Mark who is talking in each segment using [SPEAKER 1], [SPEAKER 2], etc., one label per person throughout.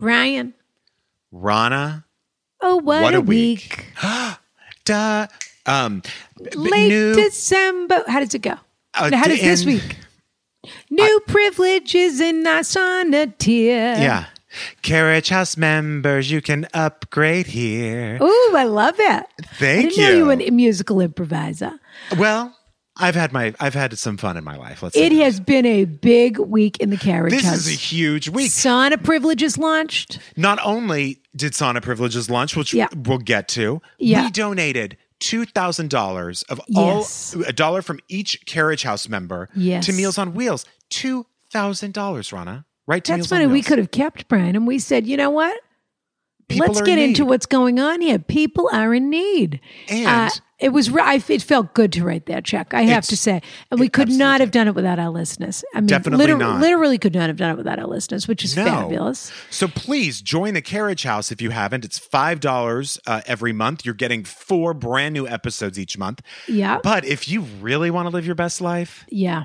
[SPEAKER 1] Ryan.
[SPEAKER 2] Rana.
[SPEAKER 1] Oh, what,
[SPEAKER 2] What
[SPEAKER 1] a,
[SPEAKER 2] a
[SPEAKER 1] week.
[SPEAKER 2] week. Duh. Um, b- b-
[SPEAKER 1] Late
[SPEAKER 2] new-
[SPEAKER 1] December. How does it go?
[SPEAKER 2] Uh,
[SPEAKER 1] Now, How does this
[SPEAKER 2] in-
[SPEAKER 1] week? New privileges in our sonneteer.
[SPEAKER 2] Yeah. Carriage House members, you can upgrade here.
[SPEAKER 1] Ooh, I love it. Oh, I
[SPEAKER 2] Thank
[SPEAKER 1] didn't know you were
[SPEAKER 2] you.
[SPEAKER 1] a musical improviser.
[SPEAKER 2] Well, I've had my I've had some fun in my life. Let's
[SPEAKER 1] It
[SPEAKER 2] say.
[SPEAKER 1] has been a big week in the carriage
[SPEAKER 2] This
[SPEAKER 1] house.
[SPEAKER 2] is a huge week.
[SPEAKER 1] Sauna privileges launched.
[SPEAKER 2] Not only did Sauna Privileges launch, which
[SPEAKER 1] Yeah.
[SPEAKER 2] we'll get to,
[SPEAKER 1] Yeah.
[SPEAKER 2] we donated two thousand dollars of all
[SPEAKER 1] Yes.
[SPEAKER 2] a dollar from each carriage house member
[SPEAKER 1] Yes.
[SPEAKER 2] to Meals on Wheels. Two thousand dollars, Rana. Right to
[SPEAKER 1] That's
[SPEAKER 2] Meals on
[SPEAKER 1] money we
[SPEAKER 2] Wheels.
[SPEAKER 1] could have kept, Brian. And we said, you know what?
[SPEAKER 2] People
[SPEAKER 1] Let's
[SPEAKER 2] are in
[SPEAKER 1] get into
[SPEAKER 2] need.
[SPEAKER 1] what's going on here. People are in need. Uh,
[SPEAKER 2] And-
[SPEAKER 1] it was ri- I, it felt good to write that check. I have
[SPEAKER 2] It's-
[SPEAKER 1] to say, and we
[SPEAKER 2] it
[SPEAKER 1] could not
[SPEAKER 2] absolutely
[SPEAKER 1] have done it without our listeners. I mean,
[SPEAKER 2] Definitely
[SPEAKER 1] liter-
[SPEAKER 2] not.
[SPEAKER 1] literally could not have done it without our listeners, which is
[SPEAKER 2] No.
[SPEAKER 1] fabulous.
[SPEAKER 2] So please join the Carriage House if you haven't. It's five dollars uh, every month. You're getting four brand new episodes each month.
[SPEAKER 1] Yeah,
[SPEAKER 2] But if you really want to live your best life,
[SPEAKER 1] yeah.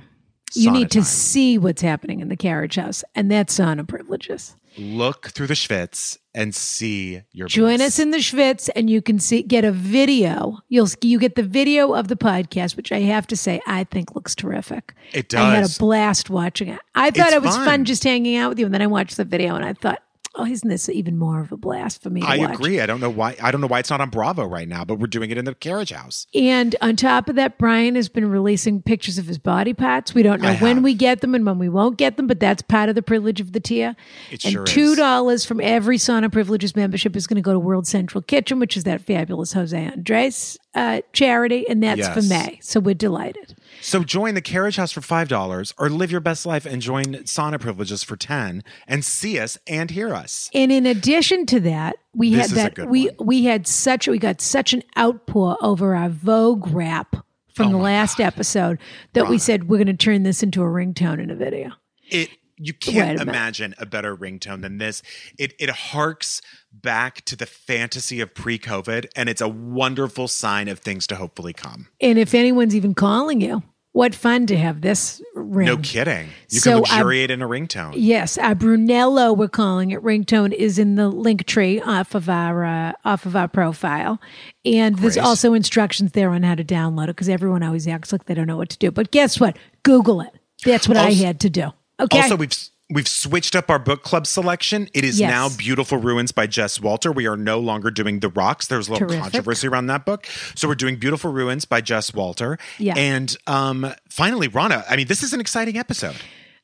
[SPEAKER 1] You
[SPEAKER 2] Sauna
[SPEAKER 1] need to
[SPEAKER 2] time.
[SPEAKER 1] see what's happening in the carriage house, and that's sauna privileges.
[SPEAKER 2] look through the Schwitz and see your.
[SPEAKER 1] Join
[SPEAKER 2] bliss.
[SPEAKER 1] us in the Schwitz, and you can see get a video. You'll you get the video of the podcast, which I have to say I think looks terrific.
[SPEAKER 2] It
[SPEAKER 1] I had a
[SPEAKER 2] does.
[SPEAKER 1] blast watching it. I thought
[SPEAKER 2] It's
[SPEAKER 1] it was fun.
[SPEAKER 2] fun.
[SPEAKER 1] just hanging out with you, and then I watched the video, and I thought, oh, isn't this even more of a blast for me? To
[SPEAKER 2] I
[SPEAKER 1] watch?
[SPEAKER 2] agree. I don't know why. I don't know why it's not on Bravo right now, but we're doing it in the Carriage House.
[SPEAKER 1] And on top of that, Brian has been releasing pictures of his body parts. We don't know
[SPEAKER 2] I
[SPEAKER 1] when
[SPEAKER 2] have.
[SPEAKER 1] we get them and when we won't get them, but that's part of the privilege of the tier.
[SPEAKER 2] It
[SPEAKER 1] and
[SPEAKER 2] sure is.
[SPEAKER 1] two dollars from every Sauna Privileges membership is going to go to World Central Kitchen, which is that fabulous Jose Andres uh, charity, and that's for
[SPEAKER 2] Yes.
[SPEAKER 1] May. So we're delighted.
[SPEAKER 2] So join the Carriage House for five dollars, or live your best life and join Sauna Privileges for ten, and see us and hear us.
[SPEAKER 1] And in addition to that, we
[SPEAKER 2] This
[SPEAKER 1] had
[SPEAKER 2] is a
[SPEAKER 1] that
[SPEAKER 2] good
[SPEAKER 1] we
[SPEAKER 2] one.
[SPEAKER 1] we had such we got such an outpour over our Vogue rap from
[SPEAKER 2] Oh
[SPEAKER 1] the last episode that we said we're going to turn this into a ringtone and a video.
[SPEAKER 2] It you
[SPEAKER 1] Wait
[SPEAKER 2] can't
[SPEAKER 1] a minute.
[SPEAKER 2] imagine a better ringtone than this. It it harks back to the fantasy of pre-COVID, and it's a wonderful sign of things to hopefully come.
[SPEAKER 1] And if anyone's even calling you, what fun to have this ring.
[SPEAKER 2] No kidding. You
[SPEAKER 1] So,
[SPEAKER 2] can
[SPEAKER 1] um,
[SPEAKER 2] luxuriate in a ringtone.
[SPEAKER 1] Yes, our Brunello, we're calling it ringtone, is in the link tree off of our uh, off of our profile, and there's
[SPEAKER 2] Great.
[SPEAKER 1] also instructions there on how to download it because everyone always acts like they don't know what to do. But guess what? Google it. That's what I
[SPEAKER 2] Also-
[SPEAKER 1] had to do. Okay.
[SPEAKER 2] Also, we've s- we've switched up our book club selection. It is
[SPEAKER 1] Yes.
[SPEAKER 2] now Beautiful Ruins by Jess Walter. We are no longer doing The Rocks. There's a little
[SPEAKER 1] Terrific.
[SPEAKER 2] controversy around that book. So we're doing Beautiful Ruins by Jess Walter.
[SPEAKER 1] Yeah.
[SPEAKER 2] And um finally, Rana, I mean, this is an exciting episode.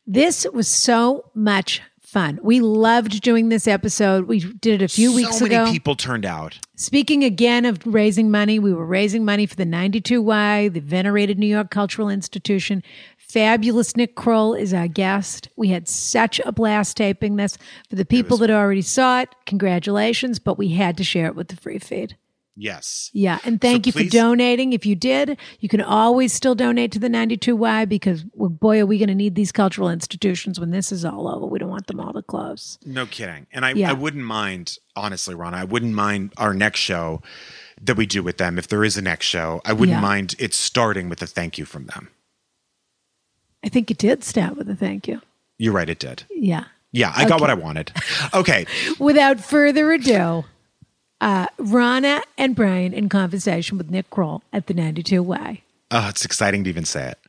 [SPEAKER 1] This was so much fun. We loved doing this episode. We did it a few
[SPEAKER 2] so
[SPEAKER 1] weeks
[SPEAKER 2] many
[SPEAKER 1] ago.
[SPEAKER 2] people turned out.
[SPEAKER 1] Speaking again of raising money, we were raising money for the 92Y, the venerated New York Cultural Institution. Fabulous Nick Kroll is our guest. We had such a blast taping this. For the people that already saw it, congratulations, but we had to share it with the free feed.
[SPEAKER 2] Yes.
[SPEAKER 1] Yeah, and thank you
[SPEAKER 2] please-
[SPEAKER 1] for donating. If you did, you can always still donate to the 92Y because well, boy, are we going to need these cultural institutions when this is all over. We don't want them all to close.
[SPEAKER 2] No kidding. And I,
[SPEAKER 1] Yeah.
[SPEAKER 2] I wouldn't mind, honestly, Rana, I wouldn't mind our next show that we do with them. If there is a next show, I wouldn't
[SPEAKER 1] Yeah.
[SPEAKER 2] mind it starting with a thank you from them.
[SPEAKER 1] I think it did start with a thank you.
[SPEAKER 2] You're right, it did.
[SPEAKER 1] Yeah.
[SPEAKER 2] Yeah, I got what I wanted. Okay.
[SPEAKER 1] Without further ado, uh, Rana and Brian in conversation with Nick Kroll at the 92Y.
[SPEAKER 2] Oh, it's exciting to even say it.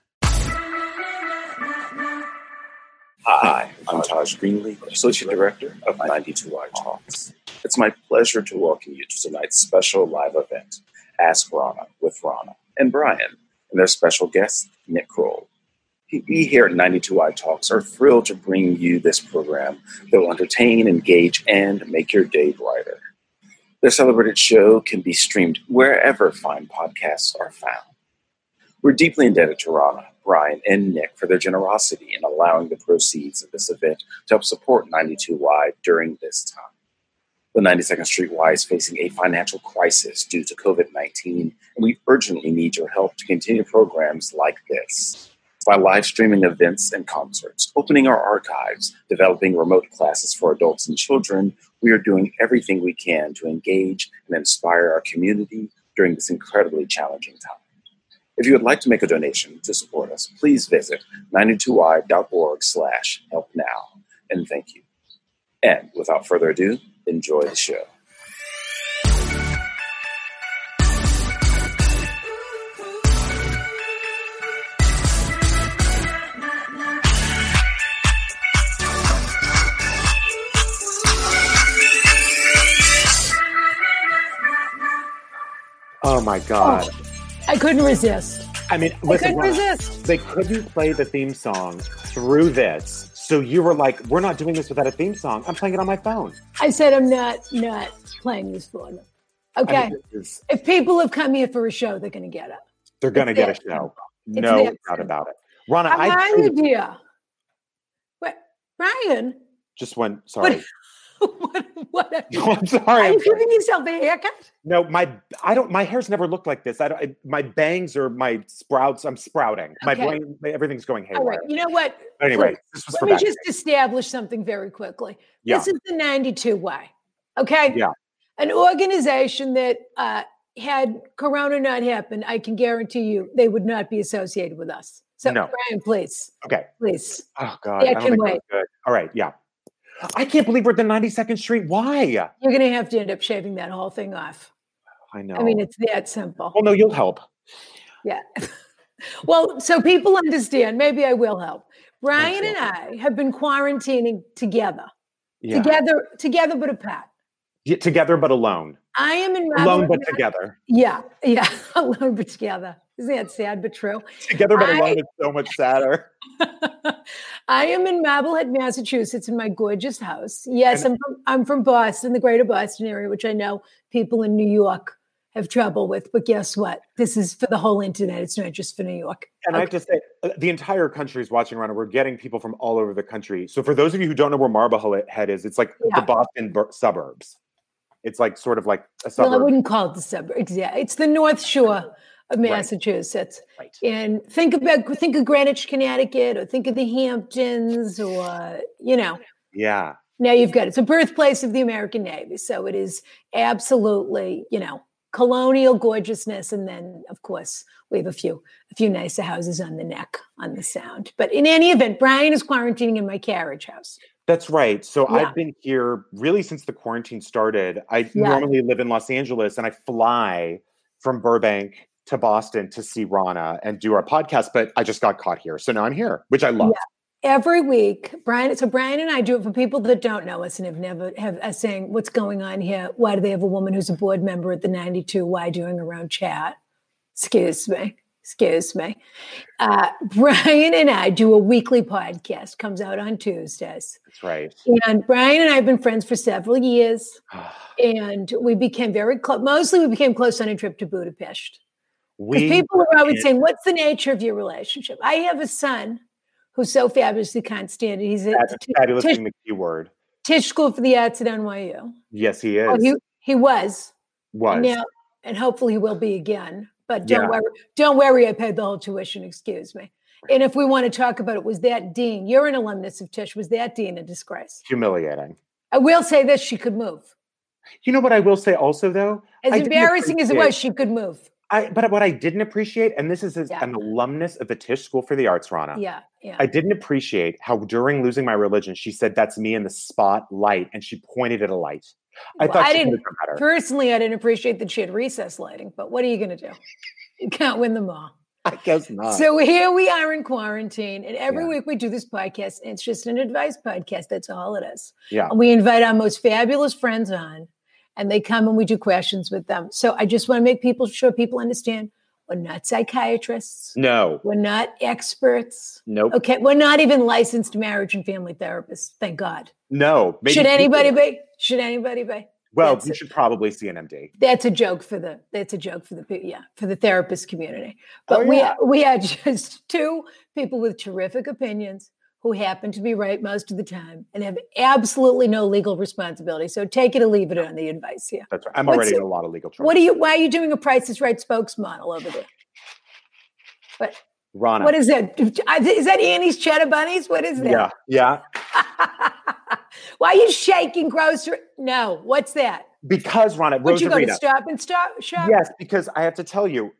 [SPEAKER 3] Hi, I'm Taj Greenlee, Associate Director of 92i Talks. It's my pleasure to welcome you to tonight's special live event, Ask Rana with Rana and Brian, and their special guest, Nick Kroll. We here at 92i Talks are thrilled to bring you this program that will entertain, engage, and make your day brighter. Their celebrated show can be streamed wherever fine podcasts are found. We're deeply indebted to Rana, Brian, and Nick for their generosity in allowing the proceeds of this event to help support 92Y during this time. The 92nd Street Y is facing a financial crisis due to COVID 19, and we urgently need your help to continue programs like this. By live streaming events and concerts, opening our archives, developing remote classes for adults and children, we are doing everything we can to engage and inspire our community during this incredibly challenging time. If you would like to make a donation to support us, please visit 92i.org slash help now. And thank you. And without further ado, enjoy the show.
[SPEAKER 2] Oh my god!
[SPEAKER 1] I couldn't resist.
[SPEAKER 2] I mean,
[SPEAKER 1] I
[SPEAKER 2] listen,
[SPEAKER 1] couldn't
[SPEAKER 2] Ron,
[SPEAKER 1] resist.
[SPEAKER 2] they couldn't play the theme song through this, so you were like, "We're not doing this without a theme song." I'm playing it on my phone.
[SPEAKER 1] I said I'm not not playing this for them. Okay.
[SPEAKER 2] I mean, this is-
[SPEAKER 1] if people have come here for a show, they're gonna get it.
[SPEAKER 2] they're gonna
[SPEAKER 1] It's
[SPEAKER 2] get
[SPEAKER 1] it.
[SPEAKER 2] a show.
[SPEAKER 1] It's
[SPEAKER 2] no
[SPEAKER 1] it.
[SPEAKER 2] doubt about it. Rana,
[SPEAKER 1] I'm
[SPEAKER 2] I
[SPEAKER 1] lying to you. What, Ryan?
[SPEAKER 2] just went. Sorry,
[SPEAKER 1] What? What?
[SPEAKER 2] No, I'm
[SPEAKER 1] Are
[SPEAKER 2] sorry. I'm
[SPEAKER 1] you
[SPEAKER 2] sorry.
[SPEAKER 1] giving yourself a haircut?
[SPEAKER 2] No, my I don't. My hair's never looked like this. I don't. I, my bangs are my sprouts. I'm sprouting. My
[SPEAKER 1] Okay.
[SPEAKER 2] brain, everything's going haywire.
[SPEAKER 1] All right. You know what?
[SPEAKER 2] But anyway, this was
[SPEAKER 1] Let
[SPEAKER 2] for
[SPEAKER 1] me
[SPEAKER 2] back.
[SPEAKER 1] just establish something very quickly.
[SPEAKER 2] Yeah.
[SPEAKER 1] This is the 92 way. Okay.
[SPEAKER 2] Yeah.
[SPEAKER 1] An organization that uh, had Corona not happen, I can guarantee you they would not be associated with us. So,
[SPEAKER 2] No.
[SPEAKER 1] Brian, please,
[SPEAKER 2] okay.
[SPEAKER 1] please.
[SPEAKER 2] Oh god. I
[SPEAKER 1] Yeah,
[SPEAKER 2] don't
[SPEAKER 1] can
[SPEAKER 2] think that
[SPEAKER 1] wait.
[SPEAKER 2] was good. All right. Yeah. I can't believe we're at the 92nd Street. Why?
[SPEAKER 1] You're going to have to end up shaving that whole thing off.
[SPEAKER 2] I know.
[SPEAKER 1] I mean, it's that simple.
[SPEAKER 2] well, no, you'll help.
[SPEAKER 1] Yeah. well, so people understand. Maybe I will help. Brian and I have been quarantining together,
[SPEAKER 2] Yeah. Together,
[SPEAKER 1] together, together, but apart.
[SPEAKER 2] together but alone.
[SPEAKER 1] I am in
[SPEAKER 2] Alone
[SPEAKER 1] Robert
[SPEAKER 2] but
[SPEAKER 1] Redford's
[SPEAKER 2] together.
[SPEAKER 1] Yeah, yeah, alone but together. Isn't that sad but true?
[SPEAKER 2] Together but
[SPEAKER 1] I-
[SPEAKER 2] alone is so much sadder.
[SPEAKER 1] I am in Marblehead, Massachusetts, in my gorgeous house. Yes, I'm from, I'm from Boston, the greater Boston area, which I know people in New York have trouble with. But guess what? This is for the whole internet. It's not just for New York.
[SPEAKER 2] And I have to say, uh, the entire country is watching around, and we're getting people from all over the country. So, for those of you who don't know where Marblehead Head is, it's like
[SPEAKER 1] Yeah.
[SPEAKER 2] the Boston bur- suburbs. It's like sort of like a
[SPEAKER 1] Well, I
[SPEAKER 2] suburb.
[SPEAKER 1] wouldn't call it the suburb. Exactly. It's the North Shore of
[SPEAKER 2] Right.
[SPEAKER 1] Massachusetts.
[SPEAKER 2] Right.
[SPEAKER 1] And think about think of Greenwich, Connecticut, or think of the Hamptons, or you know.
[SPEAKER 2] yeah.
[SPEAKER 1] Now you've got it's a birthplace of the American Navy, so it is absolutely you know colonial gorgeousness, and then of course we have a few a few nicer houses on the neck on the sound. But in any event, Brian is quarantining in my carriage house.
[SPEAKER 2] That's right. So
[SPEAKER 1] Yeah.
[SPEAKER 2] I've been here really since the quarantine started. I
[SPEAKER 1] Yeah.
[SPEAKER 2] normally live in Los Angeles and I fly from Burbank to Boston to see Rana and do our podcast, but I just got caught here. So now I'm here, which I love.
[SPEAKER 1] Every week, Brian. So Brian and I do it for people that don't know us and have never have us saying what's going on here. Why do they have a woman who's a board member at the ninety two? Why doing a round chat? excuse me excuse me uh, brian and i do a weekly podcast comes out on tuesdays
[SPEAKER 2] That's right.
[SPEAKER 1] and brian and i have been friends for several years and we became very close mostly we became close on a trip to budapest 'Cause
[SPEAKER 2] We
[SPEAKER 1] people are always
[SPEAKER 2] did-
[SPEAKER 1] saying what's the nature of your relationship i have a son who's so fabulous he can't stand it he's at
[SPEAKER 2] that's
[SPEAKER 1] T-
[SPEAKER 2] fabulous
[SPEAKER 1] Tisch,
[SPEAKER 2] being the key word.
[SPEAKER 1] Tisch school for the arts at nyu
[SPEAKER 2] Yes, he is.
[SPEAKER 1] Well, he, he was
[SPEAKER 2] was.
[SPEAKER 1] now and hopefully he will be again but don't
[SPEAKER 2] Yeah.
[SPEAKER 1] worry don't worry i paid the whole tuition excuse me and if we want to talk about it was that dean you're an alumnus of tish was that dean a disgrace
[SPEAKER 2] Humiliating.
[SPEAKER 1] i will say this she could move
[SPEAKER 2] You know what I will say also though? I
[SPEAKER 1] as
[SPEAKER 2] didn't
[SPEAKER 1] embarrassing as it
[SPEAKER 2] appreciate-
[SPEAKER 1] was she could move
[SPEAKER 2] I but what I didn't appreciate, and this is as
[SPEAKER 1] Yeah.
[SPEAKER 2] an alumnus of the Tisch School for the Arts, Rana.
[SPEAKER 1] yeah yeah
[SPEAKER 2] I didn't appreciate how during losing my religion, she said, "That's me in the spotlight," and she pointed at a light. I
[SPEAKER 1] Well,
[SPEAKER 2] thought
[SPEAKER 1] I
[SPEAKER 2] she
[SPEAKER 1] didn't-
[SPEAKER 2] didn't come at her.
[SPEAKER 1] personally i didn't appreciate that she had recess lighting but what are you going to do you can't win them all
[SPEAKER 2] I guess not.
[SPEAKER 1] So here we are in quarantine, and every
[SPEAKER 2] Yeah.
[SPEAKER 1] week we do this podcast, and it's just an advice podcast. That's all it is.
[SPEAKER 2] Yeah.
[SPEAKER 1] And we invite our most fabulous friends on, and they come and we do questions with them. So I just want to make people sure people understand we're not psychiatrists,
[SPEAKER 2] no,
[SPEAKER 1] we're not experts.
[SPEAKER 2] nope,
[SPEAKER 1] Okay, we're not even licensed marriage and family therapists. Thank God.
[SPEAKER 2] no. Maybe
[SPEAKER 1] should
[SPEAKER 2] you
[SPEAKER 1] anybody
[SPEAKER 2] do.
[SPEAKER 1] be? Should anybody be?
[SPEAKER 2] Well,
[SPEAKER 1] that's
[SPEAKER 2] you
[SPEAKER 1] it.
[SPEAKER 2] should probably see an MD.
[SPEAKER 1] That's a joke for the that's a joke for the pe- yeah for the therapist community.
[SPEAKER 2] Oh,
[SPEAKER 1] But we
[SPEAKER 2] yeah.
[SPEAKER 1] are we are just two people with terrific opinions who happen to be right most of the time and have absolutely no legal responsibility. So take it or leave it on the advice here.
[SPEAKER 2] That's right. I'm
[SPEAKER 1] What's
[SPEAKER 2] already
[SPEAKER 1] it-
[SPEAKER 2] in a lot of legal trouble.
[SPEAKER 1] What are you? Why are you doing a Price is Right spokesmodel over there?
[SPEAKER 2] Rana?
[SPEAKER 1] What is that? Is that Annie's cheddar bunnies? What is that?
[SPEAKER 2] yeah, yeah.
[SPEAKER 1] why are you shaking grocery? No, what's that?
[SPEAKER 2] Because Rana
[SPEAKER 1] Would you go to
[SPEAKER 2] Rosarita.
[SPEAKER 1] Stop and Stop shop?
[SPEAKER 2] Yes, because I have to tell you,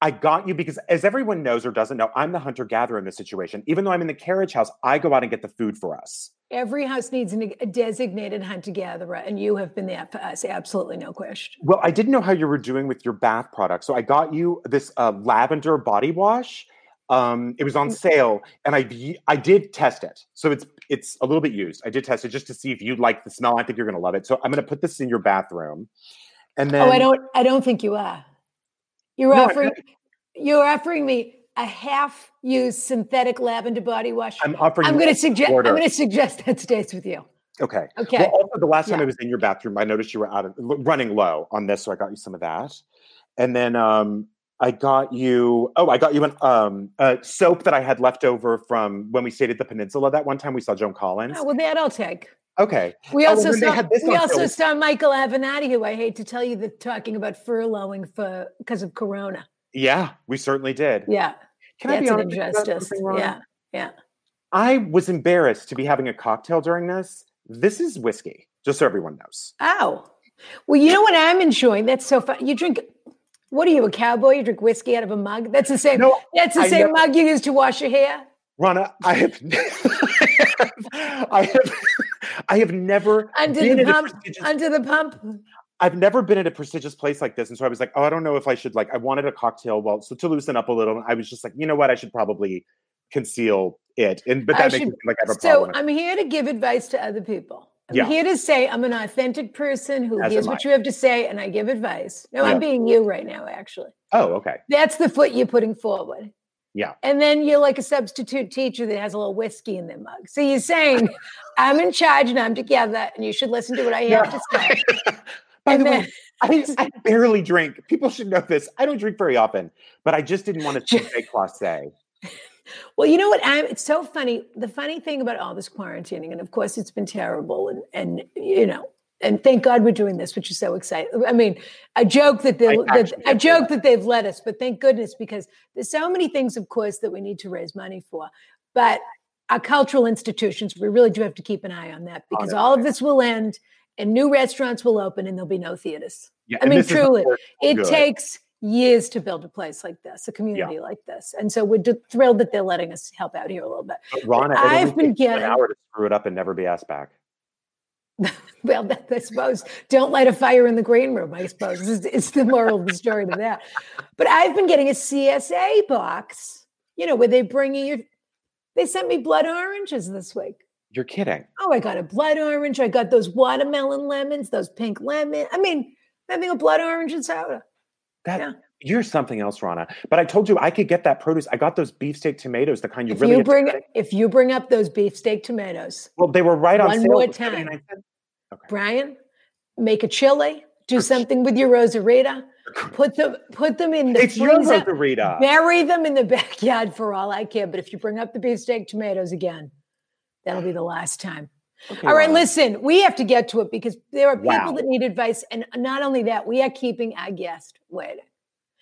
[SPEAKER 2] I got you because, as everyone knows or doesn't know, I'm the hunter gatherer in this situation. Even though I'm in the carriage house, I go out and get the food for us.
[SPEAKER 1] Every house needs an, a designated hunter gatherer, and you have been that for us. Absolutely no question.
[SPEAKER 2] Well, I didn't know how you were doing with your bath products, so I got you this uh, lavender body wash. Um, it was
[SPEAKER 1] Mm.
[SPEAKER 2] on sale, and I I did test it, so it's it's a little bit used. I did test it just to see if you like the smell. I think you're going to love it. So I'm going to put this in your bathroom, and then
[SPEAKER 1] oh, I don't I don't think you are. You're
[SPEAKER 2] No, I-
[SPEAKER 1] offering you're offering me a half used synthetic lavender body wash.
[SPEAKER 2] I'm offering.
[SPEAKER 1] I'm
[SPEAKER 2] you
[SPEAKER 1] going
[SPEAKER 2] a
[SPEAKER 1] to suggest I'm
[SPEAKER 2] order.
[SPEAKER 1] going to suggest that stays with you.
[SPEAKER 2] Okay.
[SPEAKER 1] Okay.
[SPEAKER 2] Well, also the last time
[SPEAKER 1] Yeah.
[SPEAKER 2] I was in your bathroom, I noticed you were out of l- running low on this, so I got you some of that. And then um, I got you. Oh, I got you an um, uh, soap that I had left over from when we stayed at the Peninsula that one time we saw Joan Collins.
[SPEAKER 1] Oh, well, that I'll take.
[SPEAKER 2] Okay.
[SPEAKER 1] We
[SPEAKER 2] Oh,
[SPEAKER 1] also
[SPEAKER 2] when they
[SPEAKER 1] saw
[SPEAKER 2] had this
[SPEAKER 1] we
[SPEAKER 2] on
[SPEAKER 1] also
[SPEAKER 2] sale-
[SPEAKER 1] saw Michael Avenatti, who I hate to tell you that talking about furloughing for because of Corona.
[SPEAKER 2] Yeah, we certainly did.
[SPEAKER 1] Yeah,
[SPEAKER 2] Can I
[SPEAKER 1] that's
[SPEAKER 2] be
[SPEAKER 1] an
[SPEAKER 2] honest? with you about
[SPEAKER 1] injustice.
[SPEAKER 2] something, Ron?
[SPEAKER 1] Yeah,
[SPEAKER 2] I was embarrassed to be having a cocktail during this. This is whiskey, just so everyone knows.
[SPEAKER 1] Ow. Well, you know what I'm enjoying? That's so fun. You drink, what are you, a cowboy? You drink whiskey out of a mug? That's the same.
[SPEAKER 2] No,
[SPEAKER 1] that's the
[SPEAKER 2] I
[SPEAKER 1] same
[SPEAKER 2] know.
[SPEAKER 1] mug you use to wash your hair.
[SPEAKER 2] Rana, I have, I have, I have never
[SPEAKER 1] Under
[SPEAKER 2] been
[SPEAKER 1] the
[SPEAKER 2] at a
[SPEAKER 1] pump.
[SPEAKER 2] prestigious
[SPEAKER 1] Under the pump.
[SPEAKER 2] I've never been at a prestigious place like this. And so I was like, oh, I don't know if I should like, I wanted a cocktail. Well, so to loosen up a little, I was just like, you know what? I should probably conceal it. And, but
[SPEAKER 1] I
[SPEAKER 2] that makes
[SPEAKER 1] should-
[SPEAKER 2] me feel like I have a
[SPEAKER 1] So
[SPEAKER 2] problem.
[SPEAKER 1] I'm here to give advice to other people. I'm
[SPEAKER 2] Yeah.
[SPEAKER 1] here to say I'm an authentic person who
[SPEAKER 2] As
[SPEAKER 1] hears
[SPEAKER 2] am
[SPEAKER 1] what you have to say and I give advice. No,
[SPEAKER 2] Yeah.
[SPEAKER 1] I'm being you right now, actually.
[SPEAKER 2] oh, okay.
[SPEAKER 1] That's the foot you're putting forward.
[SPEAKER 2] Yeah.
[SPEAKER 1] And then you're like a substitute teacher that has a little whiskey in their mug. So you're saying, I'm in charge and I'm together and you should listen to what I have to say.
[SPEAKER 2] By
[SPEAKER 1] And
[SPEAKER 2] the
[SPEAKER 1] then
[SPEAKER 2] way, I, I barely drink. People should know this. I don't drink very often, but I just didn't want to say classe.
[SPEAKER 1] Well, you know what? I'm, it's so funny. The funny thing about all this quarantining, and of course, it's been terrible, and and you know, and thank God we're doing this, which is so exciting. I mean, I joke that they,
[SPEAKER 2] I
[SPEAKER 1] that,
[SPEAKER 2] actually
[SPEAKER 1] I
[SPEAKER 2] agree.
[SPEAKER 1] joke that they've let us, but thank goodness because there's so many things, of course, that we need to raise money for, but our cultural institutions, we really do have to keep an eye on
[SPEAKER 2] Oh,
[SPEAKER 1] that because all of this will end, and new restaurants will open, and there'll be no theaters.
[SPEAKER 2] Yeah,
[SPEAKER 1] I
[SPEAKER 2] and
[SPEAKER 1] mean,
[SPEAKER 2] this is the
[SPEAKER 1] truly,
[SPEAKER 2] first
[SPEAKER 1] It
[SPEAKER 2] good.
[SPEAKER 1] takes years to build a place like this, a community like this. And so we're d- thrilled that they're letting us help out here a little bit.
[SPEAKER 2] But Rana, it only
[SPEAKER 1] I've been
[SPEAKER 2] takes you
[SPEAKER 1] getting-
[SPEAKER 2] an hour to screw it up and never be asked back.
[SPEAKER 1] Well, that, I suppose don't light a fire in the green room, I suppose, is, is the moral of the story to that. But I've been getting a CSA box, you know, where they bring you, they sent me blood oranges this week.
[SPEAKER 2] You're kidding.
[SPEAKER 1] Oh, I got a blood orange. I got those watermelon lemons, those pink lemon. I mean, having a blood orange and soda.
[SPEAKER 2] That
[SPEAKER 1] Yeah.
[SPEAKER 2] you're something else, Rana. But I told you I could get that produce. I got those beefsteak tomatoes, the kind you
[SPEAKER 1] if
[SPEAKER 2] really
[SPEAKER 1] you bring
[SPEAKER 2] enjoy.
[SPEAKER 1] if you bring up those beefsteak tomatoes,
[SPEAKER 2] Well, they were right on
[SPEAKER 1] One
[SPEAKER 2] sale
[SPEAKER 1] more
[SPEAKER 2] for
[SPEAKER 1] time.
[SPEAKER 2] 79 cents.
[SPEAKER 1] Brian, make a chili, do
[SPEAKER 2] Sure.
[SPEAKER 1] something with your rosarita, put them put them in the
[SPEAKER 2] It's your
[SPEAKER 1] freezer,
[SPEAKER 2] margarita.
[SPEAKER 1] bury them in the backyard for all I care. But if you bring up the beefsteak tomatoes again, that'll be the last time.
[SPEAKER 2] Okay,
[SPEAKER 1] All right,
[SPEAKER 2] Rana.
[SPEAKER 1] listen, we have to get to it because there are people
[SPEAKER 2] Wow.
[SPEAKER 1] that need advice, and not only that, we are keeping our guest waiting.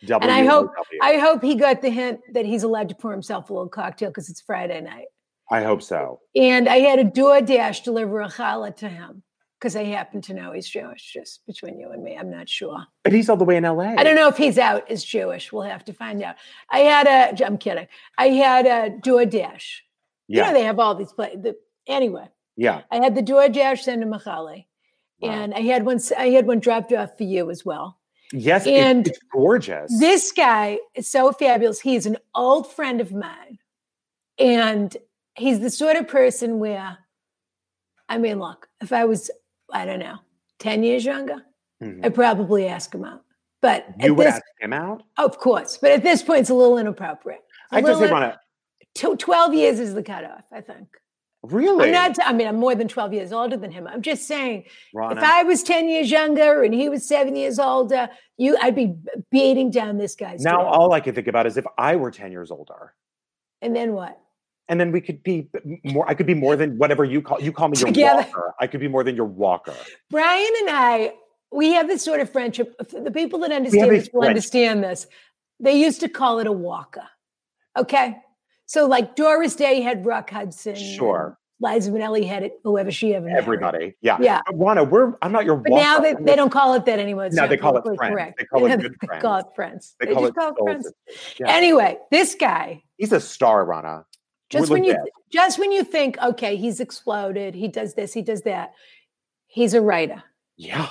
[SPEAKER 2] W-
[SPEAKER 1] and I hope-
[SPEAKER 2] W. E.
[SPEAKER 1] I hope he got the hint that he's allowed to pour himself a little cocktail because it's Friday night.
[SPEAKER 2] I hope so.
[SPEAKER 1] And I had a DoorDash deliver a challah to him because I happen to know he's Jewish, just between you and me. I'm not sure.
[SPEAKER 2] But he's all the way in LA.
[SPEAKER 1] I don't know if he's out as Jewish. We'll have to find out. I had a, I'm kidding. I had a DoorDash.
[SPEAKER 2] Yeah.
[SPEAKER 1] You know, they have all these places. The, anyway,
[SPEAKER 2] yeah.
[SPEAKER 1] I had the DoorDash send him a challah.
[SPEAKER 2] Wow.
[SPEAKER 1] And I had one, s- I had one dropped off for you as well.
[SPEAKER 2] yes. it-
[SPEAKER 1] and
[SPEAKER 2] it's gorgeous.
[SPEAKER 1] This guy is so fabulous. He's an old friend of mine. And he's the sort of person where, I mean, look, if I was, I don't know, 10 years younger,
[SPEAKER 2] Mhm.
[SPEAKER 1] I'd probably ask him out. But
[SPEAKER 2] you
[SPEAKER 1] at
[SPEAKER 2] would
[SPEAKER 1] this,
[SPEAKER 2] ask him out?
[SPEAKER 1] of course, but at this point, it's a little inappropriate. It's a
[SPEAKER 2] I just
[SPEAKER 1] little
[SPEAKER 2] say,
[SPEAKER 1] in-
[SPEAKER 2] Rana,
[SPEAKER 1] tw- 12 years is the cutoff, I think.
[SPEAKER 2] really?
[SPEAKER 1] I'm not, I mean, I'm more than 12 years older than him. I'm just saying,
[SPEAKER 2] Rana,
[SPEAKER 1] if I was 10 years younger and he was seven years older, you, I'd be beating down this guy's
[SPEAKER 2] now
[SPEAKER 1] door.
[SPEAKER 2] all I can think about is if I were 10 years older.
[SPEAKER 1] and then what?
[SPEAKER 2] And then we could be b- more. I could be more than whatever you call you call me your
[SPEAKER 1] Together.
[SPEAKER 2] walker. I could be more than your walker.
[SPEAKER 1] Brian and I, we have this sort of friendship. The people that understand
[SPEAKER 2] a
[SPEAKER 1] this will
[SPEAKER 2] friendship.
[SPEAKER 1] understand this. They used to call it a walker. Okay. So, like Doris Day had Rock Hudson. and,
[SPEAKER 2] Sure.
[SPEAKER 1] Liza Minnelli had it, whoever she ever. married.
[SPEAKER 2] Everybody, yeah,
[SPEAKER 1] Yeah.
[SPEAKER 2] But Rana, we're I'm not your.
[SPEAKER 1] But now
[SPEAKER 2] walk-up.
[SPEAKER 1] they,
[SPEAKER 2] I'm
[SPEAKER 1] they
[SPEAKER 2] your-
[SPEAKER 1] don't call it that anymore. It's
[SPEAKER 2] No,
[SPEAKER 1] not
[SPEAKER 2] they call it
[SPEAKER 1] politically
[SPEAKER 2] friends.
[SPEAKER 1] correct.
[SPEAKER 2] They call it
[SPEAKER 1] Yeah,
[SPEAKER 2] good
[SPEAKER 1] They call it friends.
[SPEAKER 2] They
[SPEAKER 1] They,
[SPEAKER 2] call
[SPEAKER 1] just
[SPEAKER 2] it
[SPEAKER 1] call it
[SPEAKER 2] soldiers.
[SPEAKER 1] friends.
[SPEAKER 2] Yeah.
[SPEAKER 1] Anyway, this guy,
[SPEAKER 2] He's a star, Rana.
[SPEAKER 1] just
[SPEAKER 2] We're
[SPEAKER 1] when you
[SPEAKER 2] legit.
[SPEAKER 1] just when you think, okay, he's exploded, he does this, he does that, he's a writer.
[SPEAKER 2] yeah,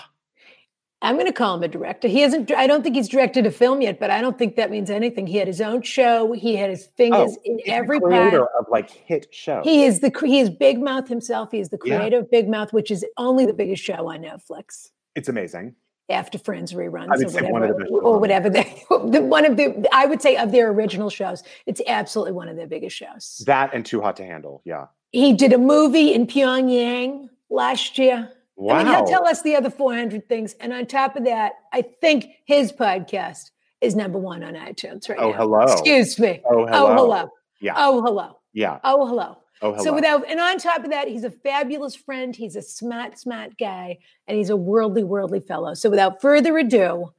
[SPEAKER 1] I'm going to call him a director. He hasn't. I don't think he's directed a film yet, but I don't think that means anything. He had his own show. He had his fingers in
[SPEAKER 2] Oh, He's the
[SPEAKER 1] every pie.
[SPEAKER 2] creator of like hit shows.
[SPEAKER 1] He is the cre- he is Big Mouth himself. He is the
[SPEAKER 2] Yeah.
[SPEAKER 1] creator of Big Mouth, which is only the biggest show on Netflix
[SPEAKER 2] it's amazing.
[SPEAKER 1] after Friends reruns
[SPEAKER 2] I would
[SPEAKER 1] or whatever,
[SPEAKER 2] say one of the best
[SPEAKER 1] or
[SPEAKER 2] ones.
[SPEAKER 1] whatever. They, the, one of the I would say of their original shows, it's absolutely one of their biggest shows.
[SPEAKER 2] That and Too Hot to Handle. Yeah.
[SPEAKER 1] He did a movie in Pyongyang last year.
[SPEAKER 2] Wow.
[SPEAKER 1] I mean, he'll tell us the other 400 things. And on top of that, I think his podcast is number one on iTunes right
[SPEAKER 2] oh
[SPEAKER 1] now.
[SPEAKER 2] hello.
[SPEAKER 1] Excuse me.
[SPEAKER 2] Oh hello.
[SPEAKER 1] Oh, hello.
[SPEAKER 2] Yeah.
[SPEAKER 1] Oh, hello.
[SPEAKER 2] Yeah.
[SPEAKER 1] Oh, hello.
[SPEAKER 2] Oh hello.
[SPEAKER 1] So without, and on top of that, he's a fabulous friend. He's a smart, smart guy, and he's a worldly, worldly fellow. So without further ado,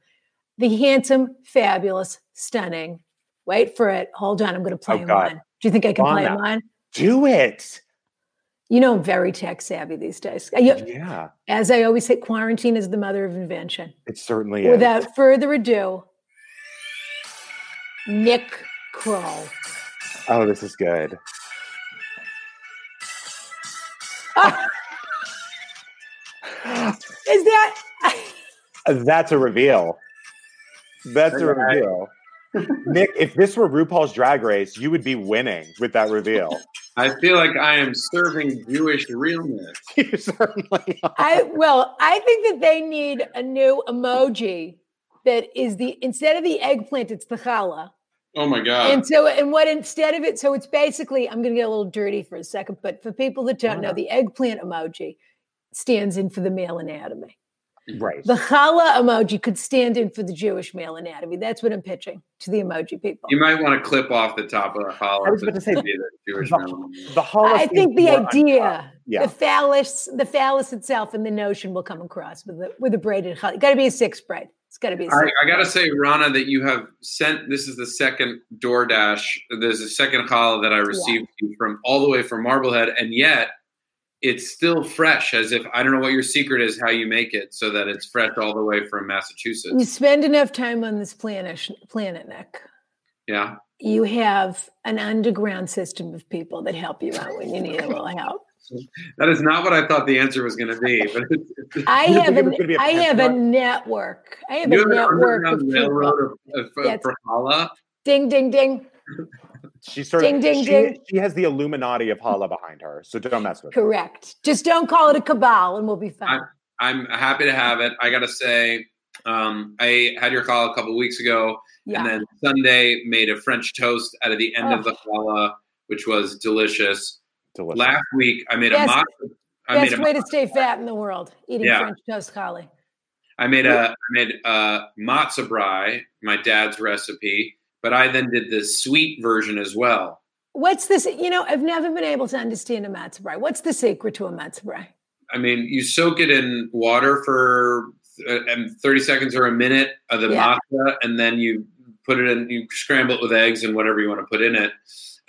[SPEAKER 1] the handsome, fabulous, stunning. Wait for it. Hold on. I'm going to play
[SPEAKER 2] Oh,
[SPEAKER 1] him
[SPEAKER 2] God.
[SPEAKER 1] on. Do you think I can play
[SPEAKER 2] Lana.
[SPEAKER 1] him on?
[SPEAKER 2] Do it.
[SPEAKER 1] You know, I'm very tech savvy these days. Uh, you-
[SPEAKER 2] Yeah.
[SPEAKER 1] As I always say, quarantine is the mother of invention.
[SPEAKER 2] It certainly is.
[SPEAKER 1] Without further ado, Nick Kroll.
[SPEAKER 2] oh, this is good.
[SPEAKER 1] Ah! Is that?
[SPEAKER 2] Uh, That's a reveal. That's a reveal. Nick, if this were RuPaul's Drag Race, you would be winning with that reveal.
[SPEAKER 4] I feel like I am serving Jewish realness.
[SPEAKER 2] you certainly are.
[SPEAKER 1] I well, I think that they need a new emoji that is the instead of the eggplant, it's the challah.
[SPEAKER 4] Oh my God.
[SPEAKER 1] and so, and what instead of it, so it's basically I'm going to get a little dirty for a second, but for people that don't know, the eggplant emoji stands in for the male anatomy.
[SPEAKER 2] Right.
[SPEAKER 1] The challah emoji could stand in for the Jewish male anatomy. That's what I'm pitching to the emoji people.
[SPEAKER 4] you might want to clip off the top of the collar.
[SPEAKER 2] I was about to say-
[SPEAKER 4] be the Jewish
[SPEAKER 2] the-
[SPEAKER 4] realness.
[SPEAKER 2] The Holocaust
[SPEAKER 1] I think the
[SPEAKER 2] is more
[SPEAKER 1] idea,
[SPEAKER 2] uncut. Yeah.
[SPEAKER 1] the phallus, the phallus itself, and the notion will come across with a with a braided challah. Got to be a six braid. It's got to be. A six
[SPEAKER 4] I, I gotta say, Rana, that you have sent. This is the second DoorDash. There's a second call that I received from all the way from Marblehead, and yet it's still fresh. As if I don't know what your secret is, how you make it so that it's fresh all the way from
[SPEAKER 1] You
[SPEAKER 4] Massachusetts.
[SPEAKER 1] spend enough time on this planet, planet Nick.
[SPEAKER 4] Yeah,
[SPEAKER 1] You have an underground system of people that help you out when you need a little help.
[SPEAKER 4] that is not what I thought the answer was going to be. But it's, it's,
[SPEAKER 1] I
[SPEAKER 2] You
[SPEAKER 1] have
[SPEAKER 2] think it
[SPEAKER 1] a,
[SPEAKER 2] was gonna be a
[SPEAKER 1] I have a
[SPEAKER 2] pantry?
[SPEAKER 1] network. I have
[SPEAKER 4] you
[SPEAKER 1] a
[SPEAKER 4] have an
[SPEAKER 1] network of
[SPEAKER 4] underground
[SPEAKER 1] people.
[SPEAKER 4] railroad of, of,
[SPEAKER 1] Yes.
[SPEAKER 4] of Valhalla?
[SPEAKER 1] Ding, ding, ding.
[SPEAKER 2] She sort of-
[SPEAKER 1] Ding, ding,
[SPEAKER 2] she,
[SPEAKER 1] ding.
[SPEAKER 2] she has the Illuminati of Hala behind her, so don't mess with her.
[SPEAKER 1] Correct. Just don't call it a cabal, and we'll be fine.
[SPEAKER 4] I'm happy to have it. I gotta say, um, I had your call a couple weeks ago.
[SPEAKER 1] yeah.
[SPEAKER 4] And then Sunday made a French toast out of the end of
[SPEAKER 1] Oh.
[SPEAKER 4] the challah, which was delicious.
[SPEAKER 2] Delicious.
[SPEAKER 4] Last week I made
[SPEAKER 1] Best-
[SPEAKER 4] a mock. I made
[SPEAKER 1] Best
[SPEAKER 4] a,
[SPEAKER 1] way to stay fat in the world: eating
[SPEAKER 4] Yeah.
[SPEAKER 1] French toast, Collie.
[SPEAKER 4] I made a I made a matzo brie, my dad's recipe, but I then did the sweet version as well.
[SPEAKER 1] What's this? You know, I've never been able to understand a matzah brie. What's the secret to a matzah brie?
[SPEAKER 4] I mean, you soak it in water for uh, um, 30 seconds or a minute of the
[SPEAKER 1] Yeah.
[SPEAKER 4] matzo, and then you put it in, you scramble it with eggs and whatever you want to put in it.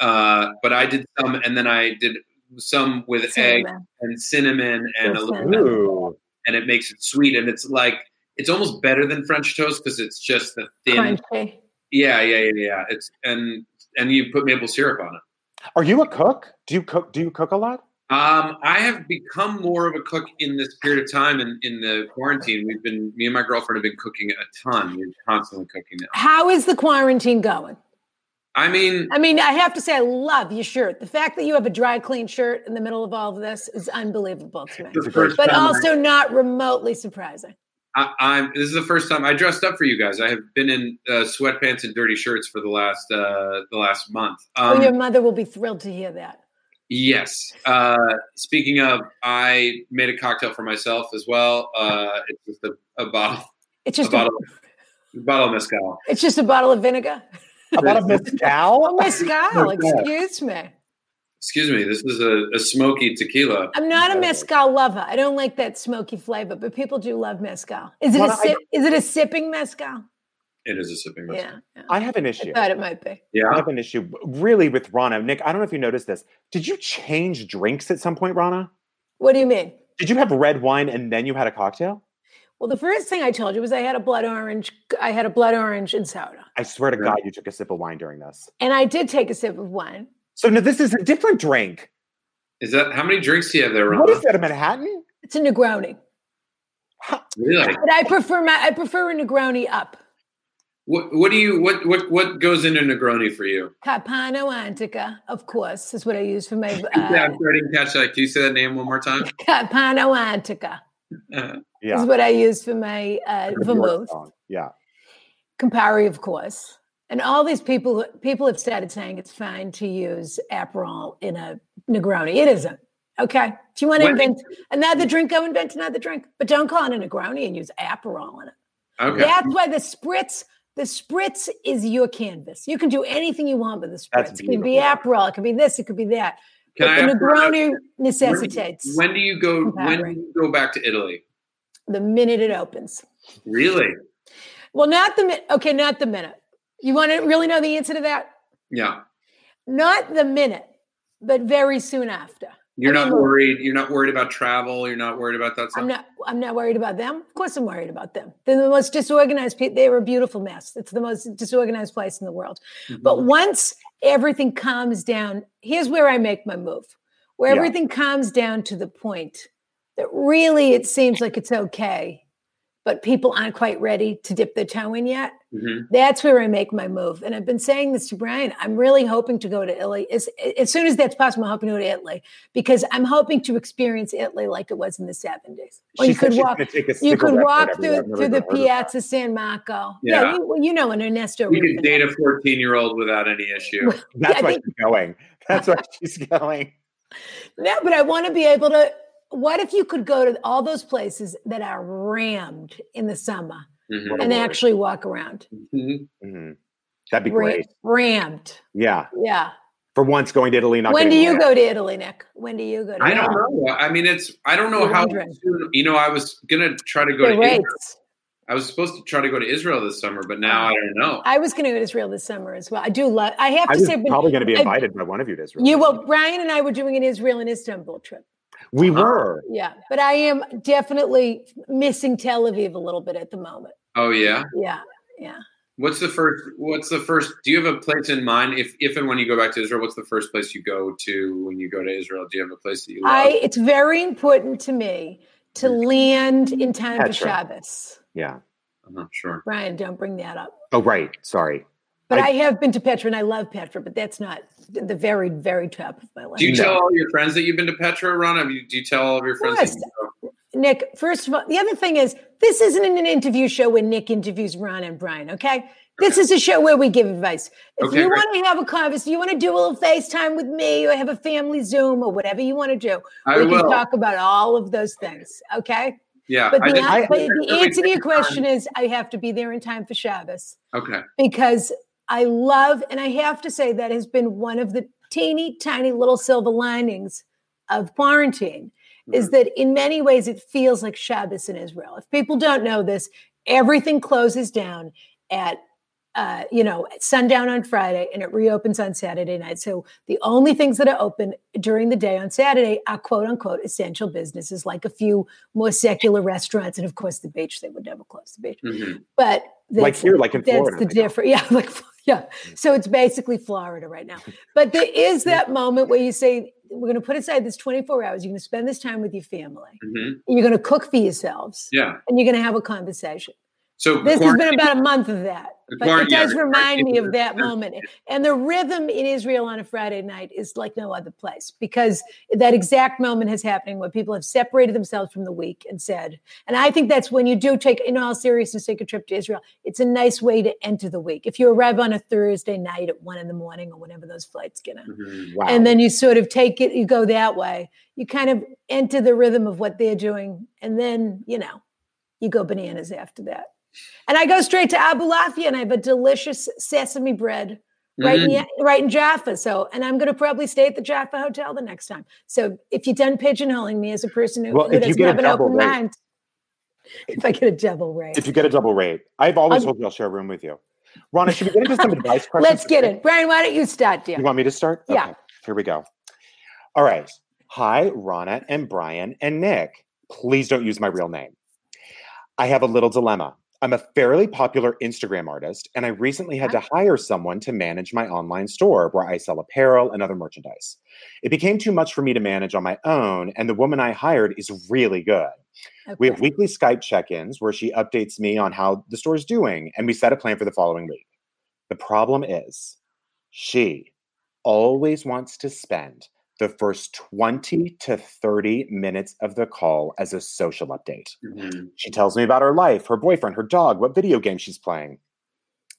[SPEAKER 4] Uh, but I did some, and then I did some with egg
[SPEAKER 1] Cinnamon.
[SPEAKER 4] and cinnamon and a little bit,
[SPEAKER 2] Ooh.
[SPEAKER 4] and it makes it sweet. And it's like, it's almost better than French toast because it's just the thin.
[SPEAKER 1] Crunchy.
[SPEAKER 4] Yeah, yeah, yeah, yeah. It's, and, and you put maple syrup on it.
[SPEAKER 2] Are you a cook? Do you cook do you cook a lot?
[SPEAKER 4] Um, I have become more of a cook in this period of time in, in the quarantine. We've been me and my girlfriend have been cooking a ton. We're constantly cooking now.
[SPEAKER 1] How is the quarantine going?
[SPEAKER 4] I mean,
[SPEAKER 1] I mean, I have to say, I love your shirt. The fact that you have a dry clean shirt in the middle of all of this is unbelievable to me,
[SPEAKER 4] the first
[SPEAKER 1] but
[SPEAKER 4] time
[SPEAKER 1] also not remotely surprising.
[SPEAKER 4] I, I, am this is the first time I dressed up for you guys. I have been in uh, sweatpants and dirty shirts for the last uh, the last month.
[SPEAKER 1] oh,
[SPEAKER 4] Um,
[SPEAKER 1] your mother will be thrilled to hear that.
[SPEAKER 4] Yes. Uh, speaking of, I made a cocktail for myself as well. Uh, it's just a, a bottle,
[SPEAKER 1] It's
[SPEAKER 4] a
[SPEAKER 1] just a,
[SPEAKER 4] bottle, a bottle of mezcal.
[SPEAKER 1] it's just a bottle of vinegar.
[SPEAKER 2] A lot of mezcal?
[SPEAKER 1] Mezcal, excuse me.
[SPEAKER 4] Excuse me. This is a, a smoky tequila.
[SPEAKER 1] I'm not a
[SPEAKER 2] Okay.
[SPEAKER 1] mezcal lover. I don't like that smoky flavor, but people do love mezcal. Is it
[SPEAKER 2] Well,
[SPEAKER 1] a
[SPEAKER 2] I-
[SPEAKER 1] sip, is it a sipping mezcal?
[SPEAKER 4] It is a sipping recipe.
[SPEAKER 1] Yeah. yeah.
[SPEAKER 2] I have an
[SPEAKER 1] I
[SPEAKER 2] issue.
[SPEAKER 1] thought it might be.
[SPEAKER 4] Yeah.
[SPEAKER 2] I have an issue really with Rana. Nick, I don't know if you noticed this. Did you change drinks at some point, Rana?
[SPEAKER 1] What do you mean?
[SPEAKER 2] Did you have red wine and then you had a cocktail?
[SPEAKER 1] Well, the first thing I told you was I had a blood orange. I had a blood orange and soda,
[SPEAKER 2] I swear to
[SPEAKER 4] Yeah.
[SPEAKER 2] God, you took a sip of wine during this.
[SPEAKER 1] and I did take a sip of wine.
[SPEAKER 2] So no, this is a different drink.
[SPEAKER 4] Is that how many drinks do you have there, Ron?
[SPEAKER 2] What is that, a Manhattan?
[SPEAKER 1] It's a Negroni,
[SPEAKER 4] Really?
[SPEAKER 1] but I prefer my I prefer a Negroni up.
[SPEAKER 4] What, what do you what what what goes into Negroni for you?
[SPEAKER 1] Capano Antica, of course, is what I use for my
[SPEAKER 4] yeah,
[SPEAKER 1] uh,
[SPEAKER 4] I'm sorry, I didn't catch that. Can you say that name one more time?
[SPEAKER 1] Capano Antica.
[SPEAKER 4] Uh,
[SPEAKER 2] Yeah.
[SPEAKER 1] Is what I use for my uh,
[SPEAKER 2] Good
[SPEAKER 1] vermouth.
[SPEAKER 2] York song. Yeah.
[SPEAKER 1] Campari, of course. And all these people people have started saying it's fine to use Aperol in a Negroni. It isn't. Okay. If you want to
[SPEAKER 4] When-
[SPEAKER 1] invent another drink, go invent another drink. But don't call it a Negroni and use Aperol in it.
[SPEAKER 4] okay.
[SPEAKER 1] That's why the spritz, the spritz is your canvas. You can do anything you want with the
[SPEAKER 2] That's
[SPEAKER 1] spritz. It could be
[SPEAKER 2] beautiful.
[SPEAKER 1] Aperol, it could be this, it could be that. but
[SPEAKER 4] Can I
[SPEAKER 1] the
[SPEAKER 4] ask-
[SPEAKER 1] Negroni
[SPEAKER 4] when do you-
[SPEAKER 1] necessitates
[SPEAKER 4] When do you go? When do
[SPEAKER 1] Empowering.
[SPEAKER 4] you go back to Italy?
[SPEAKER 1] the minute it opens.
[SPEAKER 4] Really?
[SPEAKER 1] Well, not the minute. Okay, not the minute. You want to really know the answer to that?
[SPEAKER 4] Yeah.
[SPEAKER 1] Not the minute, but very soon after.
[SPEAKER 4] You're
[SPEAKER 1] I mean,
[SPEAKER 4] not
[SPEAKER 1] look-
[SPEAKER 4] worried. You're not worried about travel. You're not worried about that stuff.
[SPEAKER 1] I'm not. I'm not worried about them. Of course, I'm worried about them. They're the most disorganized. people. They were a beautiful mess. It's the most disorganized place in the world.
[SPEAKER 4] Mhm.
[SPEAKER 1] But
[SPEAKER 2] Mm-hmm.
[SPEAKER 1] once everything calms down, here's where I make my move. Where
[SPEAKER 2] Yeah.
[SPEAKER 1] everything calms down to the point that really it seems like it's okay, but people aren't quite ready to dip their toe in yet.
[SPEAKER 4] Mhm.
[SPEAKER 1] That's where I make my move. And I've been saying this to Brian. I'm really hoping to go to Italy as, as soon as that's possible. I'm hoping to go to Italy because I'm hoping to experience Italy like it was in the 70s. Or you
[SPEAKER 2] said
[SPEAKER 1] could
[SPEAKER 2] she's
[SPEAKER 1] walk.
[SPEAKER 2] gonna take a
[SPEAKER 1] You
[SPEAKER 2] cigarette
[SPEAKER 1] could
[SPEAKER 2] or
[SPEAKER 1] walk
[SPEAKER 2] whatever.
[SPEAKER 1] through,
[SPEAKER 2] I've
[SPEAKER 1] through
[SPEAKER 2] never
[SPEAKER 1] the
[SPEAKER 2] even heard of that.
[SPEAKER 1] Piazza San Marco.
[SPEAKER 4] Yeah.
[SPEAKER 1] you, well, you know, an Ernesto.
[SPEAKER 4] You
[SPEAKER 1] Ruben.
[SPEAKER 4] could date a 14 year old without any issue.
[SPEAKER 2] That's
[SPEAKER 1] I
[SPEAKER 2] why
[SPEAKER 1] think-
[SPEAKER 2] she's going. That's why she's going.
[SPEAKER 1] No, but I want to be able to. What if you could go to all those places that are rammed in the summer
[SPEAKER 4] Mhm.
[SPEAKER 1] and
[SPEAKER 2] Lord.
[SPEAKER 1] actually walk around?
[SPEAKER 4] Mhm.
[SPEAKER 2] Mhm. That'd be
[SPEAKER 1] Ra-
[SPEAKER 2] great.
[SPEAKER 1] rammed.
[SPEAKER 2] Yeah.
[SPEAKER 1] Yeah.
[SPEAKER 2] For once, going to Italy. Not
[SPEAKER 1] when do
[SPEAKER 2] getting
[SPEAKER 1] you
[SPEAKER 2] wet.
[SPEAKER 1] go to Italy, Nick? When do you go to
[SPEAKER 4] I
[SPEAKER 1] Italy?
[SPEAKER 4] don't know. I mean, it's. I don't know
[SPEAKER 1] You're
[SPEAKER 4] how.
[SPEAKER 1] wondering.
[SPEAKER 4] Soon, you know, I was gonna try to go
[SPEAKER 1] The
[SPEAKER 4] to. Israel.
[SPEAKER 1] rates.
[SPEAKER 4] I was supposed to try to go to Israel this summer, but now
[SPEAKER 1] Ah.
[SPEAKER 4] I don't know.
[SPEAKER 1] I was going to go to Israel this summer as well. I do love. I have
[SPEAKER 2] I
[SPEAKER 1] to
[SPEAKER 2] was
[SPEAKER 1] say, but
[SPEAKER 2] probably going to be
[SPEAKER 1] I-
[SPEAKER 2] invited by one of you to Israel.
[SPEAKER 1] you well, Brian and I were doing an Israel and Istanbul trip.
[SPEAKER 2] We were.
[SPEAKER 1] Yeah, but I am definitely missing Tel Aviv a little bit at the moment.
[SPEAKER 4] Oh yeah.
[SPEAKER 1] Yeah,
[SPEAKER 4] What's the first? What's the first? Do you have a place in mind? If if and when you go back to Israel, what's the first place you go to when you go to Israel? Do you have a place that you love?
[SPEAKER 1] I. It's very important to me to
[SPEAKER 2] Mm.
[SPEAKER 1] land in time for
[SPEAKER 2] Petra.
[SPEAKER 1] Shabbos.
[SPEAKER 2] Yeah.
[SPEAKER 4] I'm not sure.
[SPEAKER 1] Brian, don't bring that up.
[SPEAKER 2] Oh, right. Sorry.
[SPEAKER 1] But
[SPEAKER 2] I-
[SPEAKER 1] I, have been to Petra and I love Petra, but that's not th- the very, very top of my list.
[SPEAKER 4] Do you
[SPEAKER 2] No.
[SPEAKER 4] tell all your friends that you've been to Petra, Ron? Have you, do you tell all of your friends? That
[SPEAKER 1] course.
[SPEAKER 4] you go?
[SPEAKER 1] Nick, first of all, the other thing is this isn't an interview show where Nick interviews Ron and Brian, okay? This is a show where we give advice. If
[SPEAKER 4] Okay,
[SPEAKER 1] you
[SPEAKER 4] great.
[SPEAKER 1] want to have a conversation, you want to do a little FaceTime with me or have a family Zoom or whatever you want to do,
[SPEAKER 4] I
[SPEAKER 1] we
[SPEAKER 4] will.
[SPEAKER 1] can talk about all of those things, okay?
[SPEAKER 4] yeah.
[SPEAKER 1] But
[SPEAKER 4] I
[SPEAKER 1] the,
[SPEAKER 4] just-
[SPEAKER 1] an- but the
[SPEAKER 4] I- um,
[SPEAKER 1] answer to your question is I have to be there in time for Shabbos
[SPEAKER 4] Okay.
[SPEAKER 1] because I love, and I have to say, that has been one of the teeny tiny little silver linings of quarantine is that in many ways it feels like Shabbos in Israel. If people don't know this, everything closes down at uh, you know at sundown on Friday and it reopens on Saturday night. So the only things that are open during the day on Saturday are quote unquote essential businesses, like a few more secular restaurants and of course the beach. They would never close the beach
[SPEAKER 4] Mhm.
[SPEAKER 1] but
[SPEAKER 2] Like
[SPEAKER 1] that's-
[SPEAKER 2] here, like in
[SPEAKER 1] that's
[SPEAKER 2] Florida, Mm.
[SPEAKER 1] the
[SPEAKER 2] they don't.
[SPEAKER 1] different. Yeah, like yeah. So it's basically Florida right now. But there is that moment where you say, "We're going to put aside this 24 hours. You're going to spend this time with your family.
[SPEAKER 2] Mm.
[SPEAKER 4] Mhm.
[SPEAKER 1] You're going to cook for yourselves,
[SPEAKER 4] Yeah.
[SPEAKER 1] and you're going to have a conversation."
[SPEAKER 4] So
[SPEAKER 1] This has been
[SPEAKER 4] quarantine-
[SPEAKER 1] about a month of that,
[SPEAKER 4] The
[SPEAKER 1] but it
[SPEAKER 4] quarantine-
[SPEAKER 1] does
[SPEAKER 4] yeah, the
[SPEAKER 1] remind me
[SPEAKER 4] quarantine-
[SPEAKER 1] of that moment. And the rhythm in Israel on a Friday night is like no other place because that exact moment is happening where people have separated themselves from the week and said, and I think that's when you do take, in all seriousness, take a trip to Israel. It's a nice way to enter the week. If you arrive on a Thursday night at one in the morning or whenever those flights get in,
[SPEAKER 4] Mhm.
[SPEAKER 2] Wow.
[SPEAKER 1] and then you sort of take it, you go that way, you kind of enter the rhythm of what they're doing, and then you know, you go bananas after that. And I go straight to Abu Lafia and I have a delicious sesame bread right in
[SPEAKER 4] Mhm.
[SPEAKER 2] Mm.
[SPEAKER 1] in right in Jaffa. So, and I'm going to probably stay at the Jaffa Hotel the next time. So, if you're done pigeonholing me as a person who,
[SPEAKER 2] Well,
[SPEAKER 1] who
[SPEAKER 2] if you
[SPEAKER 1] doesn't
[SPEAKER 2] get a
[SPEAKER 1] have an
[SPEAKER 2] double
[SPEAKER 1] open
[SPEAKER 2] rate-
[SPEAKER 1] mind, if I get a double rate.
[SPEAKER 2] If you get a double rate, I've always
[SPEAKER 1] I'm-
[SPEAKER 2] hoped I'll share a room with you. Ronna, should we get into some advice questions?
[SPEAKER 1] Let's get it. Brian, why don't you start, dear?
[SPEAKER 2] You want me to start?
[SPEAKER 1] Yeah.
[SPEAKER 2] Here we go. All right. Hi, Ronna and Brian and Nick. Please don't use my real name. I have a little dilemma. I'm a fairly popular Instagram artist, and I recently had to hire someone to manage my online store where I sell apparel and other merchandise. It became too much for me to manage on my own, and the woman I hired is really good. We have
[SPEAKER 1] Okay.
[SPEAKER 2] weekly Skype check ins where she updates me on how the store is doing, and we set a plan for the following week. The problem is, she always wants to spend the first 20 to 30 minutes of the call as a social update.
[SPEAKER 4] Mm-hmm.
[SPEAKER 2] She tells me about her life, her boyfriend, her dog, what video game she's playing.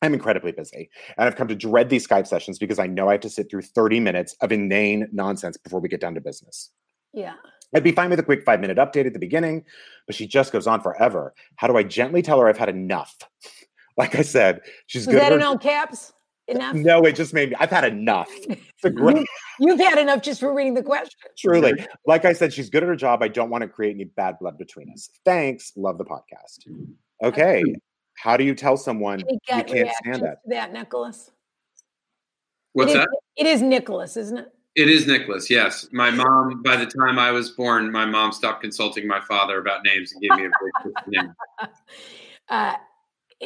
[SPEAKER 2] I'm incredibly busy, and I've come to dread these Skype sessions because I know I have to sit through 30 minutes of inane nonsense before we get down to business.
[SPEAKER 1] Yeah.
[SPEAKER 2] I'd be fine with a quick five minute update at the beginning, but she just goes on forever. How do I gently tell her I've had enough? Like I said, she's
[SPEAKER 1] Is
[SPEAKER 2] good. at
[SPEAKER 1] that
[SPEAKER 2] her-
[SPEAKER 1] in all caps? Enough?
[SPEAKER 2] no, it just made me. I've had enough. It's a great,
[SPEAKER 1] You've had enough just for reading the question.
[SPEAKER 2] truly. Like I said, she's good at her job. I don't want to create any bad blood between us. Thanks. Love the podcast. Okay. How do you tell someone
[SPEAKER 1] Any
[SPEAKER 2] you
[SPEAKER 1] gut
[SPEAKER 2] can't
[SPEAKER 1] reactions
[SPEAKER 2] stand it?
[SPEAKER 1] to that, Nicholas?
[SPEAKER 4] What's
[SPEAKER 1] it is,
[SPEAKER 4] that?
[SPEAKER 1] It is Nicholas, isn't it?
[SPEAKER 4] It is Nicholas. Yes, my mom. By the time I was born, my mom stopped consulting my father about names and gave me a break with the name.
[SPEAKER 1] Uh,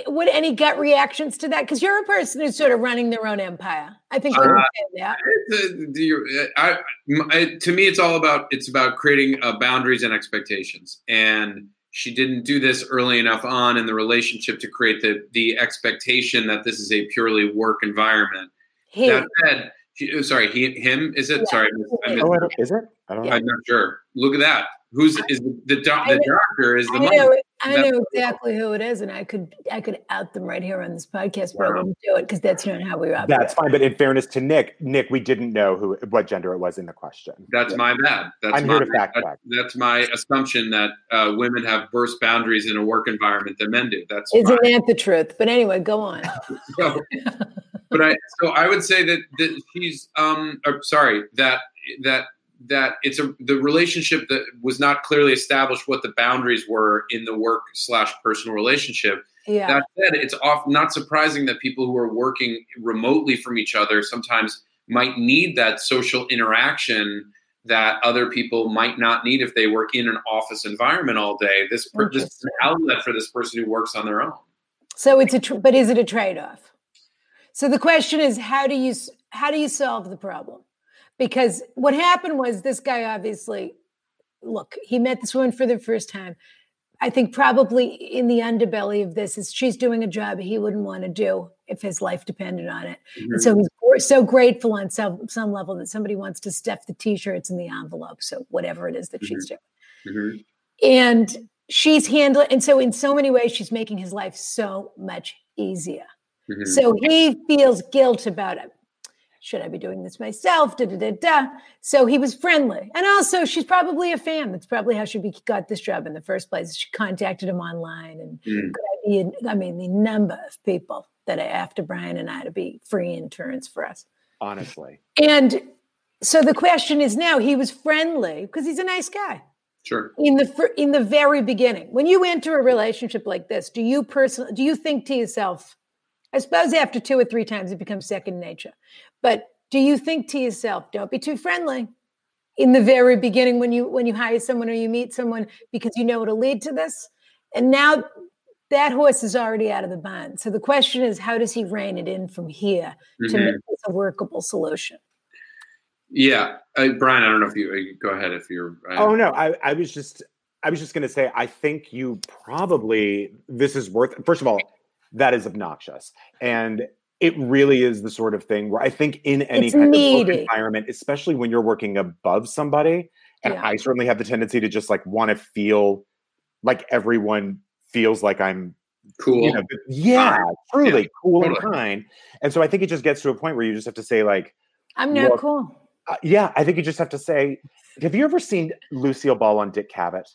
[SPEAKER 1] would any gut reactions to that? Because you're a person who's sort of running their own empire. I think you
[SPEAKER 4] Uh,
[SPEAKER 1] would say that.
[SPEAKER 4] It's, uh, do you- I- m- I- to me, it's all about it's about creating uh, boundaries and expectations. And she didn't do this early enough on in the relationship to create the the expectation that this is a purely work environment.
[SPEAKER 1] He,
[SPEAKER 4] That said, she, oh, sorry, he, him is it?
[SPEAKER 1] Yeah,
[SPEAKER 4] sorry, I missed- I
[SPEAKER 1] he
[SPEAKER 4] missed-
[SPEAKER 2] Oh, I don't, is it? I don't know.
[SPEAKER 4] I'm not sure. Look at that. Who's is the, the, doc-
[SPEAKER 1] I
[SPEAKER 4] the
[SPEAKER 1] know-
[SPEAKER 4] doctor? Is the
[SPEAKER 1] I
[SPEAKER 4] mother?
[SPEAKER 1] know, I
[SPEAKER 4] That's-
[SPEAKER 1] know exactly who it is, and I could I could out them right here on this podcast, but I
[SPEAKER 4] Wow.
[SPEAKER 1] wouldn't do it because that's not how we operate.
[SPEAKER 2] That's fine. But in fairness to Nick, Nick, we didn't know who what gender it was in the question.
[SPEAKER 4] That's my bad. That's
[SPEAKER 2] I'm
[SPEAKER 4] my,
[SPEAKER 2] here to fact
[SPEAKER 4] that-
[SPEAKER 2] check.
[SPEAKER 4] That's my assumption that uh, women have worse boundaries in a work environment than men do. That's
[SPEAKER 1] Isn't
[SPEAKER 4] fine.
[SPEAKER 1] that the truth? But anyway, go on.
[SPEAKER 4] So, but I so I would say that that she's um or, sorry that that that it's a the relationship that was not clearly established what the boundaries were in the work slash personal relationship.
[SPEAKER 1] Yeah.
[SPEAKER 4] That said, it's off not surprising that people who are working remotely from each other sometimes might need that social interaction that other people might not need if they work in an office environment all day. This per- this is an outlet for this person who works on their own.
[SPEAKER 1] So it's a, tr- but is it a trade-off? So the question is, how do you s- how do you solve the problem? Because what happened was this guy obviously, look, he met this woman for the first time. I think probably in the underbelly of this is she's doing a job he wouldn't want to do if his life depended on it.
[SPEAKER 4] Mm-hmm.
[SPEAKER 1] And so he's gr- so grateful on some some level that somebody wants to stuff the t-shirts in the envelope. So whatever it is that she's doing
[SPEAKER 4] Mhm.
[SPEAKER 1] and she's handling and so in so many ways she's making his life so much easier
[SPEAKER 4] Mhm.
[SPEAKER 1] so he feels guilt about it should i be doing this myself da, da, da, da. so he was friendly and also she's probably a fan that's probably how she be- got this job in the first place she contacted him online and
[SPEAKER 4] Mm.
[SPEAKER 1] good idea. i mean the number of people that are after brian and i to be free interns for us
[SPEAKER 2] Honestly,
[SPEAKER 1] and so the question is now he was friendly because he's a nice guy
[SPEAKER 4] Sure.
[SPEAKER 1] in the fir- in the very beginning when you enter a relationship like this do you personally do you think to yourself i suppose after two or three times it becomes second nature but do you think to yourself don't be too friendly in the very beginning when you when you hire someone or you meet someone because you know it'll lead to this and now that horse is already out of the barn so the question is how does he rein it in from here to
[SPEAKER 2] Mm-hmm.
[SPEAKER 4] Mhm.
[SPEAKER 1] make this a workable solution
[SPEAKER 4] Yeah, uh, Brian. I don't know if you uh, go ahead if you're. Uh,
[SPEAKER 2] Oh no, I, I was just I was just gonna say I think you probably this is worth first of all, that is obnoxious. And it really is the sort of thing where I think in any
[SPEAKER 1] It's
[SPEAKER 2] kind of
[SPEAKER 1] needy.
[SPEAKER 2] work environment, especially when you're working above somebody, and
[SPEAKER 1] Yeah.
[SPEAKER 2] I certainly have the tendency to just like want to feel like everyone feels like I'm
[SPEAKER 4] cool.
[SPEAKER 2] you know, yeah, truly cool and
[SPEAKER 4] totally.
[SPEAKER 2] kind. And so I think it just gets to a point where you just have to say, like,
[SPEAKER 1] i'm not
[SPEAKER 2] Look,
[SPEAKER 1] cool
[SPEAKER 2] uh, yeah, I think you just have to say, have you ever seen Lucille Ball on Dick Cavett?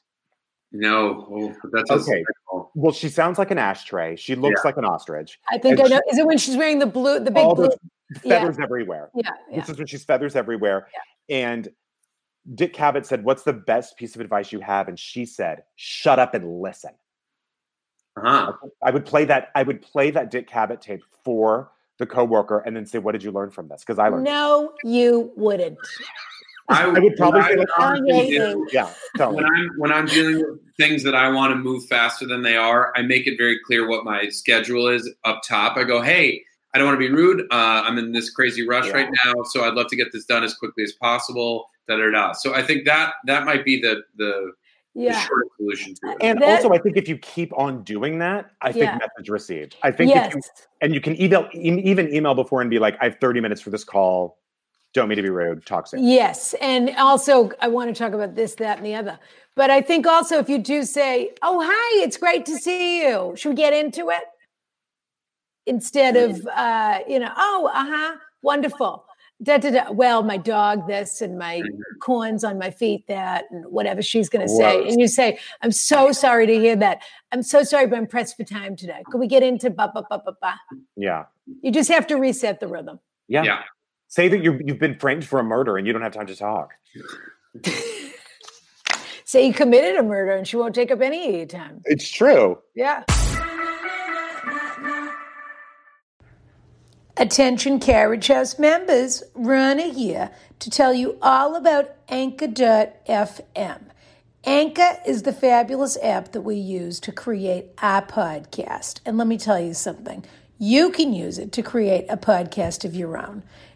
[SPEAKER 4] no, oh, that's
[SPEAKER 2] Okay.
[SPEAKER 4] A,
[SPEAKER 2] Well, she sounds like an ashtray. She looks like an ostrich.
[SPEAKER 1] i think i
[SPEAKER 2] and
[SPEAKER 1] know is it when she's wearing the blue the big
[SPEAKER 2] All
[SPEAKER 1] blue
[SPEAKER 2] those
[SPEAKER 1] yeah.
[SPEAKER 2] feathers everywhere.
[SPEAKER 1] yeah, yeah.
[SPEAKER 2] This is when she's feathers everywhere. And Dick Cabot said, What's the best piece of advice you have? And she said, Shut up and listen.
[SPEAKER 4] Uh-huh.
[SPEAKER 2] I would play that. I would play that Dick Cabot tape for the coworker, and then say, "What did you learn from this?" Because I learned.
[SPEAKER 1] No, you wouldn't.
[SPEAKER 2] I would probably
[SPEAKER 4] what
[SPEAKER 2] say,
[SPEAKER 4] I
[SPEAKER 2] like,
[SPEAKER 4] honestly
[SPEAKER 1] Kanye.
[SPEAKER 4] do
[SPEAKER 2] Yeah, totally.
[SPEAKER 4] when I'm when I'm dealing with things that I want to move faster than they are, I make it very clear what my schedule is up top. I go, hey, I don't want to be rude. Uh, I'm in this crazy rush right now, so I'd love to get this done as quickly as possible. Da da da. So I think that that might be the the, the
[SPEAKER 1] Yeah.
[SPEAKER 4] short solution to it.
[SPEAKER 2] And
[SPEAKER 1] That-
[SPEAKER 2] also, I think if you keep on doing that, I think
[SPEAKER 1] Yeah.
[SPEAKER 2] message received. I think,
[SPEAKER 1] Yes.
[SPEAKER 2] if you, and you can email, e- even email before and be like, "I have 30 minutes for this call. Don't mean to be rude. Talk soon."
[SPEAKER 1] Yes. And also, I want to talk about this, that, and the other. But I think also, if you do say, oh, hi, it's great to see you, should we get into it? Instead of,
[SPEAKER 2] Mm.
[SPEAKER 1] uh, you know, oh, uh huh, wonderful. Da, da, da. Well, my dog, this, and my
[SPEAKER 2] Mm-hmm.
[SPEAKER 1] corns on my feet, that, and whatever she's going to say.
[SPEAKER 2] Gross.
[SPEAKER 1] And you say, I'm so sorry to hear that. I'm so sorry, but I'm pressed for time today. Could we get into ba, ba, ba, ba, ba?
[SPEAKER 2] Yeah.
[SPEAKER 1] You just have to reset the rhythm.
[SPEAKER 2] yeah,
[SPEAKER 4] Yeah.
[SPEAKER 2] Say that you you've been framed for a murder and you don't have time to talk.
[SPEAKER 1] Say you committed a murder and she won't take up any of your time.
[SPEAKER 2] It's true.
[SPEAKER 1] Yeah. Attention Carriage House members, Rana here to tell you all about Anchor.fm. Anchor is the fabulous app that we use to create our podcast. And let me tell you something you can use it to create a podcast of your own.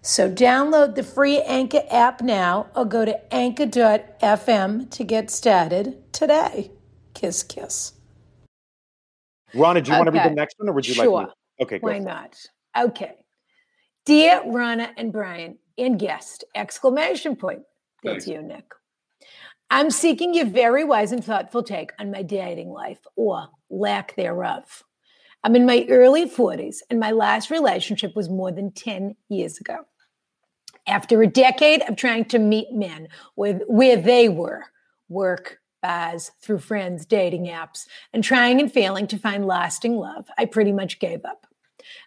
[SPEAKER 1] So download the free Anchor app now or go to anchor.fm to get started today. Kiss, kiss.
[SPEAKER 2] Ronna, do you want to read
[SPEAKER 1] Okay.
[SPEAKER 2] the next one, or would you
[SPEAKER 1] Sure.
[SPEAKER 2] like? Me? Okay,
[SPEAKER 1] Why
[SPEAKER 2] good.
[SPEAKER 1] not? Okay. Dear Rana and Brian and guest, exclamation point. That's
[SPEAKER 4] Thanks.
[SPEAKER 1] you, Nick. I'm seeking your very wise and thoughtful take on my dating life or lack thereof. I'm in my early 40s, and my last relationship was more than 10 years ago. After a decade of trying to meet men with where they were, work, bars, through friends, dating apps, and trying and failing to find lasting love, I pretty much gave up.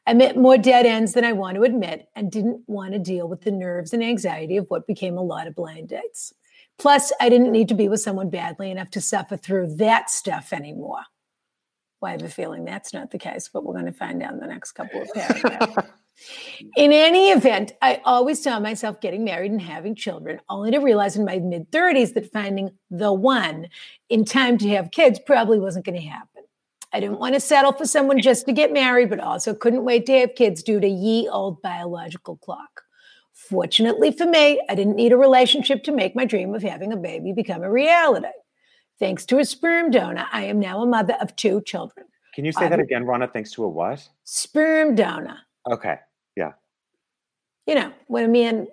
[SPEAKER 1] I met more dead ends than I want to admit and didn't want to deal with the nerves and anxiety of what became a lot of blind dates. Plus, I didn't need to be with someone badly enough to suffer through that stuff anymore. Well, I have a feeling that's not the case, but we're going to find out in the next couple of paragraphs. in any event, I always saw myself getting married and having children, only to realize in my mid 30s that finding the one in time to have kids probably wasn't going to happen. I didn't want to settle for someone just to get married, but also couldn't wait to have kids due to ye old biological clock. Fortunately for me, I didn't need a relationship to make my dream of having a baby become a reality. Thanks to a sperm donor, I am now a mother of two children.
[SPEAKER 2] Can you say that again, Ronna? Thanks to a what?
[SPEAKER 1] Sperm donor,
[SPEAKER 2] Okay.
[SPEAKER 1] you know, when a man,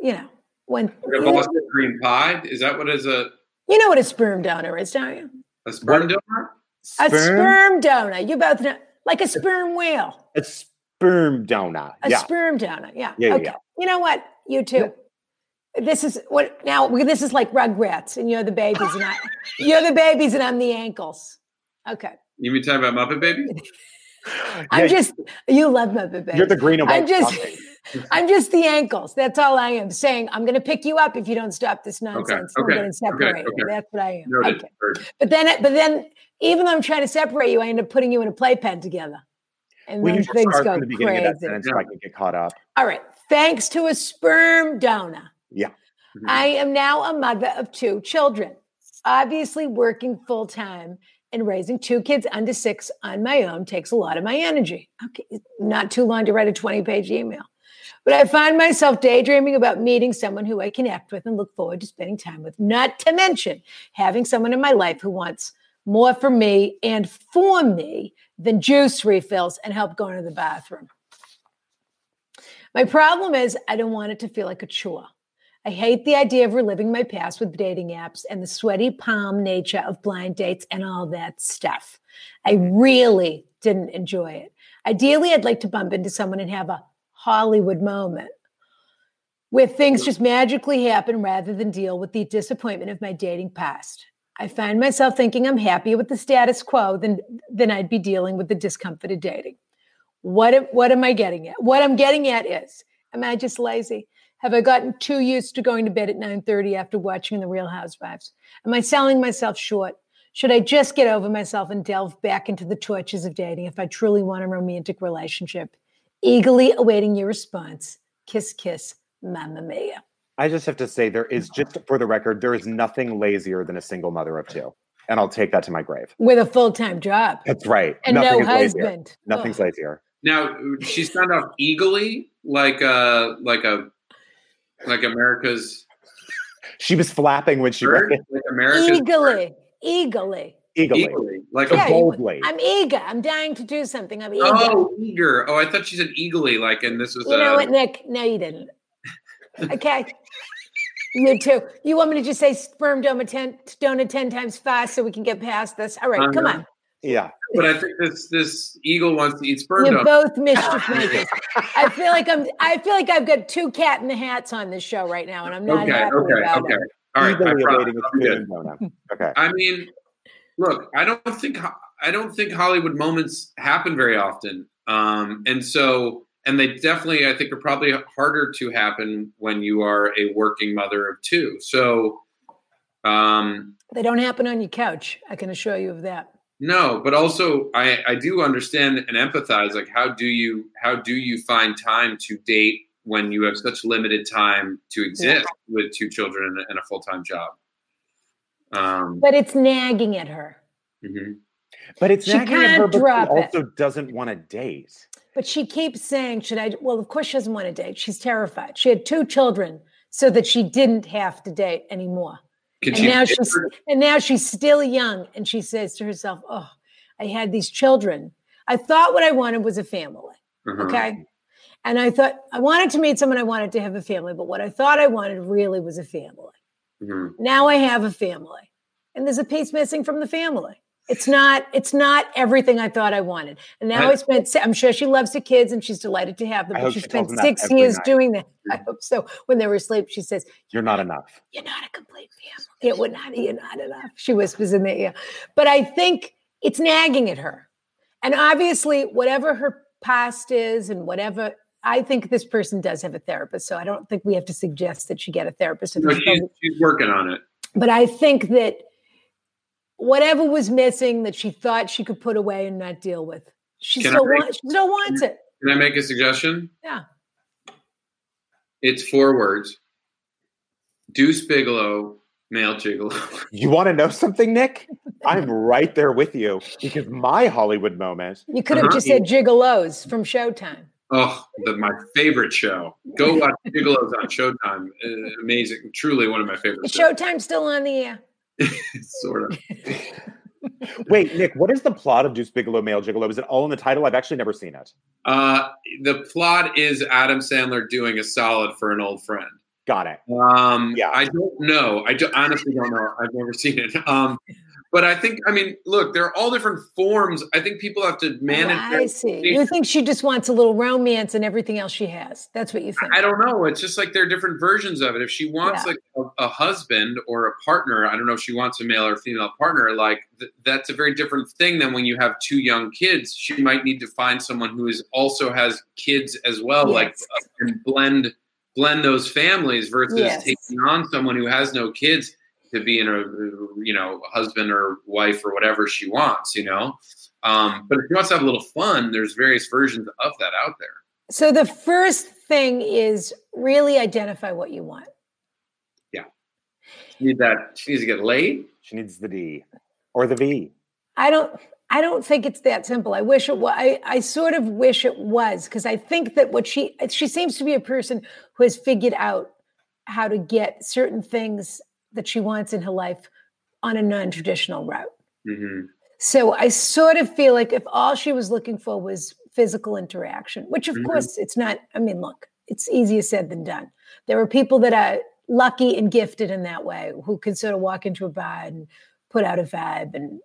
[SPEAKER 1] you know, when
[SPEAKER 4] Like a Boston cream pie is that what is a
[SPEAKER 1] you know what a sperm donor is, don't you?
[SPEAKER 4] a sperm donor?
[SPEAKER 1] A sperm donor. You both know, like a sperm whale.
[SPEAKER 2] A sperm donor.
[SPEAKER 1] A
[SPEAKER 2] yeah.
[SPEAKER 1] sperm donor. Yeah.
[SPEAKER 2] Yeah, yeah,
[SPEAKER 1] okay.
[SPEAKER 2] yeah.
[SPEAKER 1] You know what? You too. This is what now we- this is like Rugrats and you're the babies and I you're the babies and I'm the ankles. Okay.
[SPEAKER 4] You mean talking about Muppet Baby?
[SPEAKER 1] I'm
[SPEAKER 2] Yeah,
[SPEAKER 1] just you love Muppet Babies.
[SPEAKER 2] You're the green and white.
[SPEAKER 1] I'm just
[SPEAKER 2] stocking.
[SPEAKER 1] I'm just the ankles. That's all I am saying. I'm gonna pick you up if you don't stop this nonsense.
[SPEAKER 4] okay,
[SPEAKER 1] I'm gonna
[SPEAKER 4] okay,
[SPEAKER 1] separate you.
[SPEAKER 4] okay.
[SPEAKER 1] That's what I am.
[SPEAKER 4] Noted.
[SPEAKER 1] Okay.
[SPEAKER 4] Heard.
[SPEAKER 1] But then but then even though I'm trying to separate you, I end up putting you in a playpen together. And
[SPEAKER 2] We
[SPEAKER 1] then
[SPEAKER 2] need to
[SPEAKER 1] things
[SPEAKER 2] start
[SPEAKER 1] go
[SPEAKER 2] from the beginning
[SPEAKER 1] crazy.
[SPEAKER 2] of that sentence so I can get caught up.
[SPEAKER 1] All right. Thanks to a sperm donor.
[SPEAKER 2] Yeah.
[SPEAKER 1] I am now a mother of two children, obviously working full time and raising two kids under six on my own takes a lot of my energy. Okay, not too long to write a 20 page email. But I find myself daydreaming about meeting someone who I connect with and look forward to spending time with, not to mention having someone in my life who wants more from me and for me than juice refills and help going to the bathroom. My problem is I don't want it to feel like a chore. I hate the idea of reliving my past with dating apps and the sweaty palm nature of blind dates and all that stuff. I really didn't enjoy it. Ideally, I'd like to bump into someone and have a Hollywood moment. where things just magically happen rather than deal with the disappointment of my dating past. I find myself thinking I'm happier with the status quo than than I'd be dealing with the discomfort of dating. What am- what am I getting at? What I'm getting at is, am I just lazy? Have I gotten too used to going to bed at 9:30 after watching The Real Housewives? Am I selling myself short? Should I just get over myself and delve back into the tortures of dating if I truly want a romantic relationship? Eagerly awaiting your response. Kiss, kiss, mamma mia.
[SPEAKER 2] I just have to say, there is just for the record, there is nothing lazier than a single mother of two, and I'll take that to my grave.
[SPEAKER 1] With a full time job
[SPEAKER 2] That's right.
[SPEAKER 1] and
[SPEAKER 2] Nothing
[SPEAKER 1] no
[SPEAKER 2] is lazier.
[SPEAKER 1] husband.
[SPEAKER 2] Nothing's
[SPEAKER 1] Ugh.
[SPEAKER 2] lazier.
[SPEAKER 4] Now she signed off eagerly, like a like a like America's
[SPEAKER 2] She was flapping when she
[SPEAKER 4] bird,
[SPEAKER 2] read it
[SPEAKER 4] like America's
[SPEAKER 1] eagerly, eagerly.
[SPEAKER 2] eagerly,
[SPEAKER 4] eagerly, like
[SPEAKER 1] Yeah,
[SPEAKER 4] a
[SPEAKER 1] you-
[SPEAKER 2] boldly.
[SPEAKER 1] I'm eager. I'm dying to do something. I'm eager.
[SPEAKER 4] oh eager. Oh, I thought she said eagerly, like, and this uh, was
[SPEAKER 1] you know
[SPEAKER 4] a
[SPEAKER 1] what, Nick? No, you didn't. Okay. you too. You want me to just say sperm donor ten, donor 10 times fast so we can get past this? All right, come
[SPEAKER 4] Uh-huh.
[SPEAKER 1] on.
[SPEAKER 2] yeah.
[SPEAKER 4] but I think this this eagle wants to eat sperm.
[SPEAKER 1] You're
[SPEAKER 4] donors.
[SPEAKER 1] both mischief makers. I feel like I'm. I feel like I've got two cat in the hats on this show right now, and I'm not
[SPEAKER 4] okay,
[SPEAKER 1] happy
[SPEAKER 4] okay,
[SPEAKER 1] about
[SPEAKER 4] okay.
[SPEAKER 1] it.
[SPEAKER 4] All right, I
[SPEAKER 2] Eagerly
[SPEAKER 4] promise.
[SPEAKER 2] awaiting a
[SPEAKER 4] I'm good.
[SPEAKER 2] spoon donut. Okay.
[SPEAKER 4] I mean, look, I don't think ho- I don't think Hollywood moments happen very often, um, and so and they definitely I think are probably harder to happen when you are a working mother of two. So, um,
[SPEAKER 1] They don't happen on your couch. I can assure you of that.
[SPEAKER 4] no, but also I, I do understand and empathize. Like, how do you how do you find time to date when you have such limited time to exist with two children and a, and a full time job? Um,
[SPEAKER 1] But it's nagging at her.
[SPEAKER 4] mhm.
[SPEAKER 2] But it's
[SPEAKER 1] She
[SPEAKER 2] nagging at
[SPEAKER 1] can't
[SPEAKER 2] her, but she
[SPEAKER 1] drop it.
[SPEAKER 2] also doesn't want to date.
[SPEAKER 1] But she keeps saying, "Should I?" Well, of course she doesn't want to date. She's terrified. She had two children so that she didn't have to date anymore.
[SPEAKER 4] Can
[SPEAKER 1] and now
[SPEAKER 4] date
[SPEAKER 1] she's
[SPEAKER 4] her?
[SPEAKER 1] and now she's still young and she says to herself oh i had these children i thought what i wanted was a family
[SPEAKER 4] Uh-huh.
[SPEAKER 2] Mm-hmm.
[SPEAKER 1] okay and i thought i wanted to meet someone i wanted to have a family but what i thought i wanted really was a family
[SPEAKER 4] Mhm.
[SPEAKER 1] now i have a family and there's a piece missing from the family it's not it's not everything i thought i wanted and now i,
[SPEAKER 4] I-
[SPEAKER 1] spent se- i'm sure she loves her kids and she's delighted to have them
[SPEAKER 2] I
[SPEAKER 1] but
[SPEAKER 2] hope
[SPEAKER 1] she
[SPEAKER 2] she tells
[SPEAKER 1] spent
[SPEAKER 2] them that
[SPEAKER 1] six
[SPEAKER 2] every
[SPEAKER 1] years
[SPEAKER 2] night. Mm-hmm.
[SPEAKER 1] doing that i hope so when they were asleep she says
[SPEAKER 2] You're not enough.
[SPEAKER 1] you're not a complete family. Yeah, we're not, you're not enough. She whispers in the ear. But I think it's nagging at her. And obviously, whatever her past is and whatever, I think this person does have a therapist. So I don't think we have to suggest that she get a therapist. at
[SPEAKER 4] No,
[SPEAKER 1] this
[SPEAKER 4] she's,
[SPEAKER 1] moment.
[SPEAKER 4] she's working on it.
[SPEAKER 1] But I think that whatever was missing that she thought she could put away and not deal with, she
[SPEAKER 4] Can I
[SPEAKER 1] still
[SPEAKER 4] make-
[SPEAKER 1] wants, she still wants it.
[SPEAKER 4] Can I make a suggestion?
[SPEAKER 1] Yeah.
[SPEAKER 4] It's four words. Deuce Bigelow, male gigolo.
[SPEAKER 2] You want to know something, Nick? I'm right there with you because my Hollywood moment.
[SPEAKER 1] You could
[SPEAKER 4] Uh-huh.
[SPEAKER 1] have just said gigolos from Showtime.
[SPEAKER 4] Oh, the, my favorite show. Go watch Gigolos on Showtime. Uh, amazing. Truly one of my favorite
[SPEAKER 1] Is
[SPEAKER 4] shows.
[SPEAKER 1] Showtime still on the air?
[SPEAKER 4] sort of.
[SPEAKER 2] Wait, Nick, what is the plot of Deuce Bigelow Male Gigolo? Is it all in the title? I've actually never seen it.
[SPEAKER 4] Uh, the plot is Adam Sandler doing a solid for an old friend.
[SPEAKER 2] Got it.
[SPEAKER 4] Um,
[SPEAKER 2] Yeah.
[SPEAKER 4] I don't know. I do- honestly don't know. I've never seen it. Um, but I think, I mean, look, there are all different forms. I think people have to manage.
[SPEAKER 1] Oh,
[SPEAKER 4] their
[SPEAKER 1] I see.
[SPEAKER 4] expectations.
[SPEAKER 1] You think she just wants a little romance and everything else she has. That's what you think.
[SPEAKER 4] I don't know. It's just like there are different versions of it. If she wants
[SPEAKER 1] Yeah.
[SPEAKER 4] like a, a husband or a partner, I don't know if she wants a male or female partner. Like th- that's a very different thing than when you have two young kids. She might need to find someone who is also has kids as well, like
[SPEAKER 1] Yes.
[SPEAKER 4] uh, and blend blend those families versus
[SPEAKER 1] Yes.
[SPEAKER 4] taking on someone who has no kids to be in a you know husband or wife or whatever she wants. You know, um, but if she wants to have a little fun, there's various versions of that out there.
[SPEAKER 1] So the first thing is really identify what you want.
[SPEAKER 4] She needs that. She needs to get laid.
[SPEAKER 2] She needs the D or the V.
[SPEAKER 1] I don't I don't think it's that simple. I wish it was I, I sort of wish it was because I think that what she she seems to be a person who has figured out how to get certain things that she wants in her life on a non-traditional route.
[SPEAKER 2] Mm-hmm.
[SPEAKER 4] hmm
[SPEAKER 1] So I sort of feel like if all she was looking for was physical interaction, which of
[SPEAKER 4] Mhm.
[SPEAKER 1] course it's not, I mean, look, it's easier said than done. There are people that are lucky and gifted in that way who can sort of walk into a bar and put out a vibe and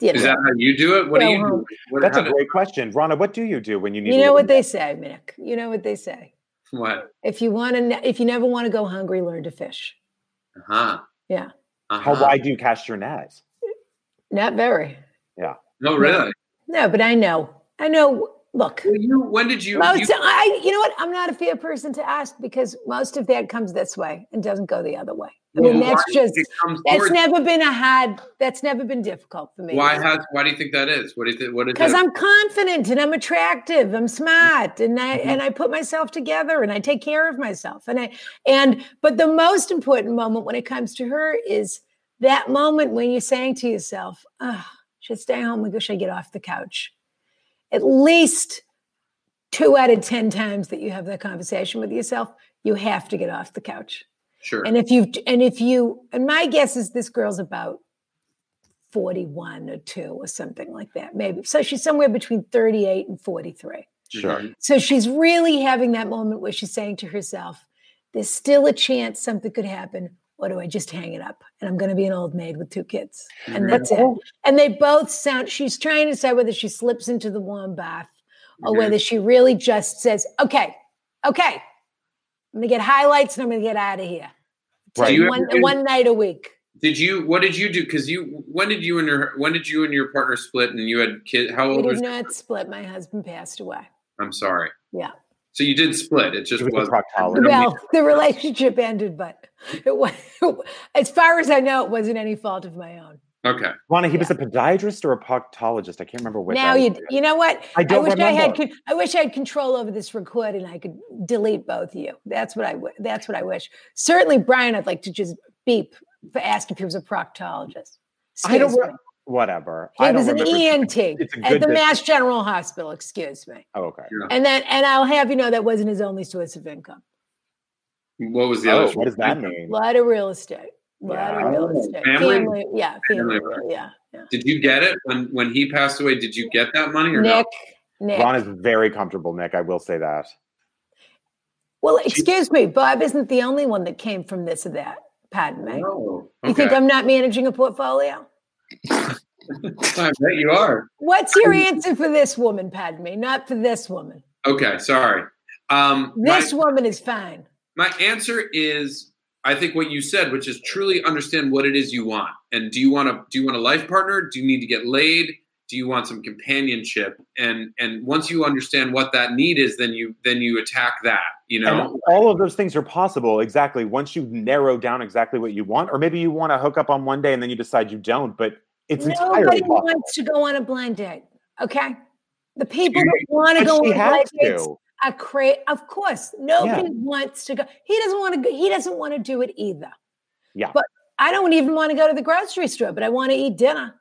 [SPEAKER 1] you know,
[SPEAKER 4] Is that how you do it? What do
[SPEAKER 1] Well,
[SPEAKER 4] you
[SPEAKER 1] um,
[SPEAKER 4] do? What,
[SPEAKER 2] That's
[SPEAKER 4] how
[SPEAKER 2] a
[SPEAKER 4] do-
[SPEAKER 2] great question. Rana, what do you do when you need
[SPEAKER 1] you
[SPEAKER 2] a
[SPEAKER 1] know
[SPEAKER 2] little-
[SPEAKER 1] what they say, Mick. You know what they say.
[SPEAKER 4] What?
[SPEAKER 1] If you want to, ne- if you never want to go hungry, learn to fish.
[SPEAKER 4] Uh huh.
[SPEAKER 1] Yeah.
[SPEAKER 4] Uh-huh.
[SPEAKER 2] How wide do you cast your net?
[SPEAKER 1] Not very.
[SPEAKER 4] No, Oh, really.
[SPEAKER 1] No, but I know. I know. Look,
[SPEAKER 4] Well, you, when did you?
[SPEAKER 1] most
[SPEAKER 4] you
[SPEAKER 1] I, you know what? I'm not a fair person to ask because most of that comes this way and doesn't go the other way. I mean,
[SPEAKER 4] why
[SPEAKER 1] that's
[SPEAKER 4] did
[SPEAKER 1] just
[SPEAKER 4] it come
[SPEAKER 1] that's
[SPEAKER 4] towards-
[SPEAKER 1] never been a hard. That's never been difficult for me.
[SPEAKER 4] why has? Why do you think that is? What is it? What is
[SPEAKER 1] because
[SPEAKER 4] it?
[SPEAKER 1] I'm confident and I'm attractive, I'm smart, and I
[SPEAKER 4] Mm-hmm.
[SPEAKER 1] and I put myself together and I take care of myself. And I and but the most important moment when it comes to her is that moment when you're saying to yourself, oh, should I stay home. I wish I get off the couch. At least two out of ten times that you have that conversation with yourself, you have to get off the couch.
[SPEAKER 4] sure.
[SPEAKER 1] And if you and if you and my guess is this girl's about 41 or 2 or something like that maybe. So she's somewhere between 38 and 43.
[SPEAKER 2] Sure.
[SPEAKER 4] Mhm.
[SPEAKER 1] So she's really having that moment where she's saying to herself, there's still a chance something could happen. Or do I just hang it up? And I'm going to be an old maid with two kids. And
[SPEAKER 4] Mhm.
[SPEAKER 1] that's it. And they both sound, she's trying to decide whether she slips into the warm bath or
[SPEAKER 4] Mhm.
[SPEAKER 1] whether she really just says, okay, okay, I'm going to get highlights and I'm going to get out of here.
[SPEAKER 2] Right.
[SPEAKER 1] Take
[SPEAKER 4] Do you
[SPEAKER 1] one,
[SPEAKER 4] ever do-
[SPEAKER 1] one night a week.
[SPEAKER 4] Did you? What did you do? Because you. When did you and your? When did you and your partner split? And you had kid. How
[SPEAKER 1] We
[SPEAKER 4] old
[SPEAKER 1] did
[SPEAKER 4] was?
[SPEAKER 1] not split. My husband passed away.
[SPEAKER 4] I'm sorry.
[SPEAKER 1] Yeah.
[SPEAKER 4] So you did split. It just
[SPEAKER 2] She was a
[SPEAKER 4] wasn't.
[SPEAKER 2] proctologist.
[SPEAKER 4] mean-
[SPEAKER 1] Well, the relationship ended, but it was, as far as I know, it wasn't any fault of my own.
[SPEAKER 4] Okay.
[SPEAKER 2] Lana, he was a podiatrist or a proctologist. I can't remember which.
[SPEAKER 1] now
[SPEAKER 2] I-
[SPEAKER 1] you, you know what?
[SPEAKER 2] I don't
[SPEAKER 1] wish I had.
[SPEAKER 2] remember.
[SPEAKER 1] con- I wish I had control over this record and I could delete both of you. That's what I. w- That's what I wish. Certainly, Brian, I'd like to just beep for ask if he was a proctologist.
[SPEAKER 2] I don't.
[SPEAKER 1] Excuse
[SPEAKER 2] Re-
[SPEAKER 1] me.
[SPEAKER 2] whatever.
[SPEAKER 1] He
[SPEAKER 2] I don't
[SPEAKER 1] was an
[SPEAKER 2] remember.
[SPEAKER 1] ENT
[SPEAKER 2] It's a
[SPEAKER 1] at
[SPEAKER 2] good
[SPEAKER 1] the
[SPEAKER 2] dis-
[SPEAKER 1] Mass General Hospital. Excuse me.
[SPEAKER 2] Oh, okay.
[SPEAKER 1] And then, and I'll have you know that wasn't his only source of income.
[SPEAKER 4] What was the
[SPEAKER 2] Oh,
[SPEAKER 4] other?
[SPEAKER 2] what does that mean?
[SPEAKER 1] A lot of real estate. A lot
[SPEAKER 2] Yeah.
[SPEAKER 1] of real
[SPEAKER 4] Oh,
[SPEAKER 1] estate.
[SPEAKER 4] family?
[SPEAKER 1] yeah, family.
[SPEAKER 4] Family.
[SPEAKER 1] Yeah. yeah.
[SPEAKER 4] Did you get it when when he passed away? Did you get that money or
[SPEAKER 1] Nick.
[SPEAKER 4] no?
[SPEAKER 1] Nick.
[SPEAKER 2] Ron is very comfortable, Nick. I will say that.
[SPEAKER 1] well, excuse me, Bob isn't the only one that came from this or that. Pardon me.
[SPEAKER 4] No.
[SPEAKER 1] You
[SPEAKER 4] Oh, Okay.
[SPEAKER 1] think I'm not managing a portfolio?
[SPEAKER 4] Oh, I bet you are.
[SPEAKER 1] What's your answer for this woman, pardon me? Not for this woman.
[SPEAKER 4] Okay. Sorry. Um, my-
[SPEAKER 1] This woman is fine.
[SPEAKER 4] My answer is I think what you said, which is truly understand what it is you want. And do you want to do you want a life partner? Do you need to get laid? Do you want some companionship? And and once you understand what that need is, then you then you attack that, you know?
[SPEAKER 2] And all of those things are possible. Exactly. Once you narrow down exactly what you want, or maybe you want to hook up on one day and then you decide you don't, but it's entirely
[SPEAKER 1] Nobody
[SPEAKER 2] possible.
[SPEAKER 1] wants to go on a blind date. Okay. The people that want to
[SPEAKER 2] And
[SPEAKER 1] go on
[SPEAKER 2] she
[SPEAKER 1] blind
[SPEAKER 2] has
[SPEAKER 1] dates
[SPEAKER 2] to.
[SPEAKER 1] are cra- of course nobody wants to go he doesn't want to go he doesn't want to do it either
[SPEAKER 2] Yeah.
[SPEAKER 1] but i don't even want to go to the grocery store but i want to eat dinner
[SPEAKER 4] Are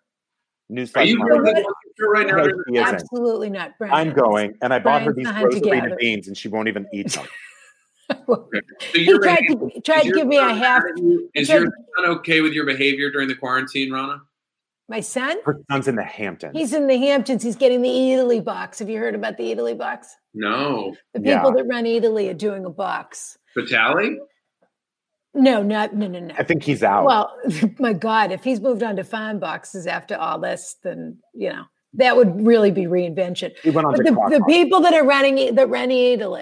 [SPEAKER 2] Newsflash.
[SPEAKER 4] you
[SPEAKER 2] Monica.
[SPEAKER 4] going to the grocery store right now?
[SPEAKER 2] No, she isn't.
[SPEAKER 1] absolutely not Brenda.
[SPEAKER 2] I'm going, and I bought her
[SPEAKER 1] Brian's
[SPEAKER 2] these
[SPEAKER 1] the hunter
[SPEAKER 2] rosarita
[SPEAKER 1] gatherer.
[SPEAKER 2] beans, and she won't even eat them.
[SPEAKER 4] So
[SPEAKER 1] he
[SPEAKER 4] you're
[SPEAKER 1] tried to, he tried to give me a half
[SPEAKER 4] Is
[SPEAKER 1] tried
[SPEAKER 4] your
[SPEAKER 1] to-
[SPEAKER 4] son okay with your behavior during the quarantine, Rana?
[SPEAKER 1] my son
[SPEAKER 2] Her son's in the Hamptons.
[SPEAKER 1] he's in the hamptons he's getting the italy box have you heard about the italy box
[SPEAKER 4] No.
[SPEAKER 1] the people
[SPEAKER 2] Yeah.
[SPEAKER 1] that run italy are doing a box
[SPEAKER 4] Vitali?
[SPEAKER 1] no not no no no
[SPEAKER 2] I think he's out.
[SPEAKER 1] Well, my God, if he's moved on to fine boxes after all this, then you know that would really be reinvention.
[SPEAKER 2] he went on
[SPEAKER 1] But
[SPEAKER 2] to
[SPEAKER 1] the,
[SPEAKER 2] Crock
[SPEAKER 1] the
[SPEAKER 2] Pot.
[SPEAKER 1] people that are running E, that run Italy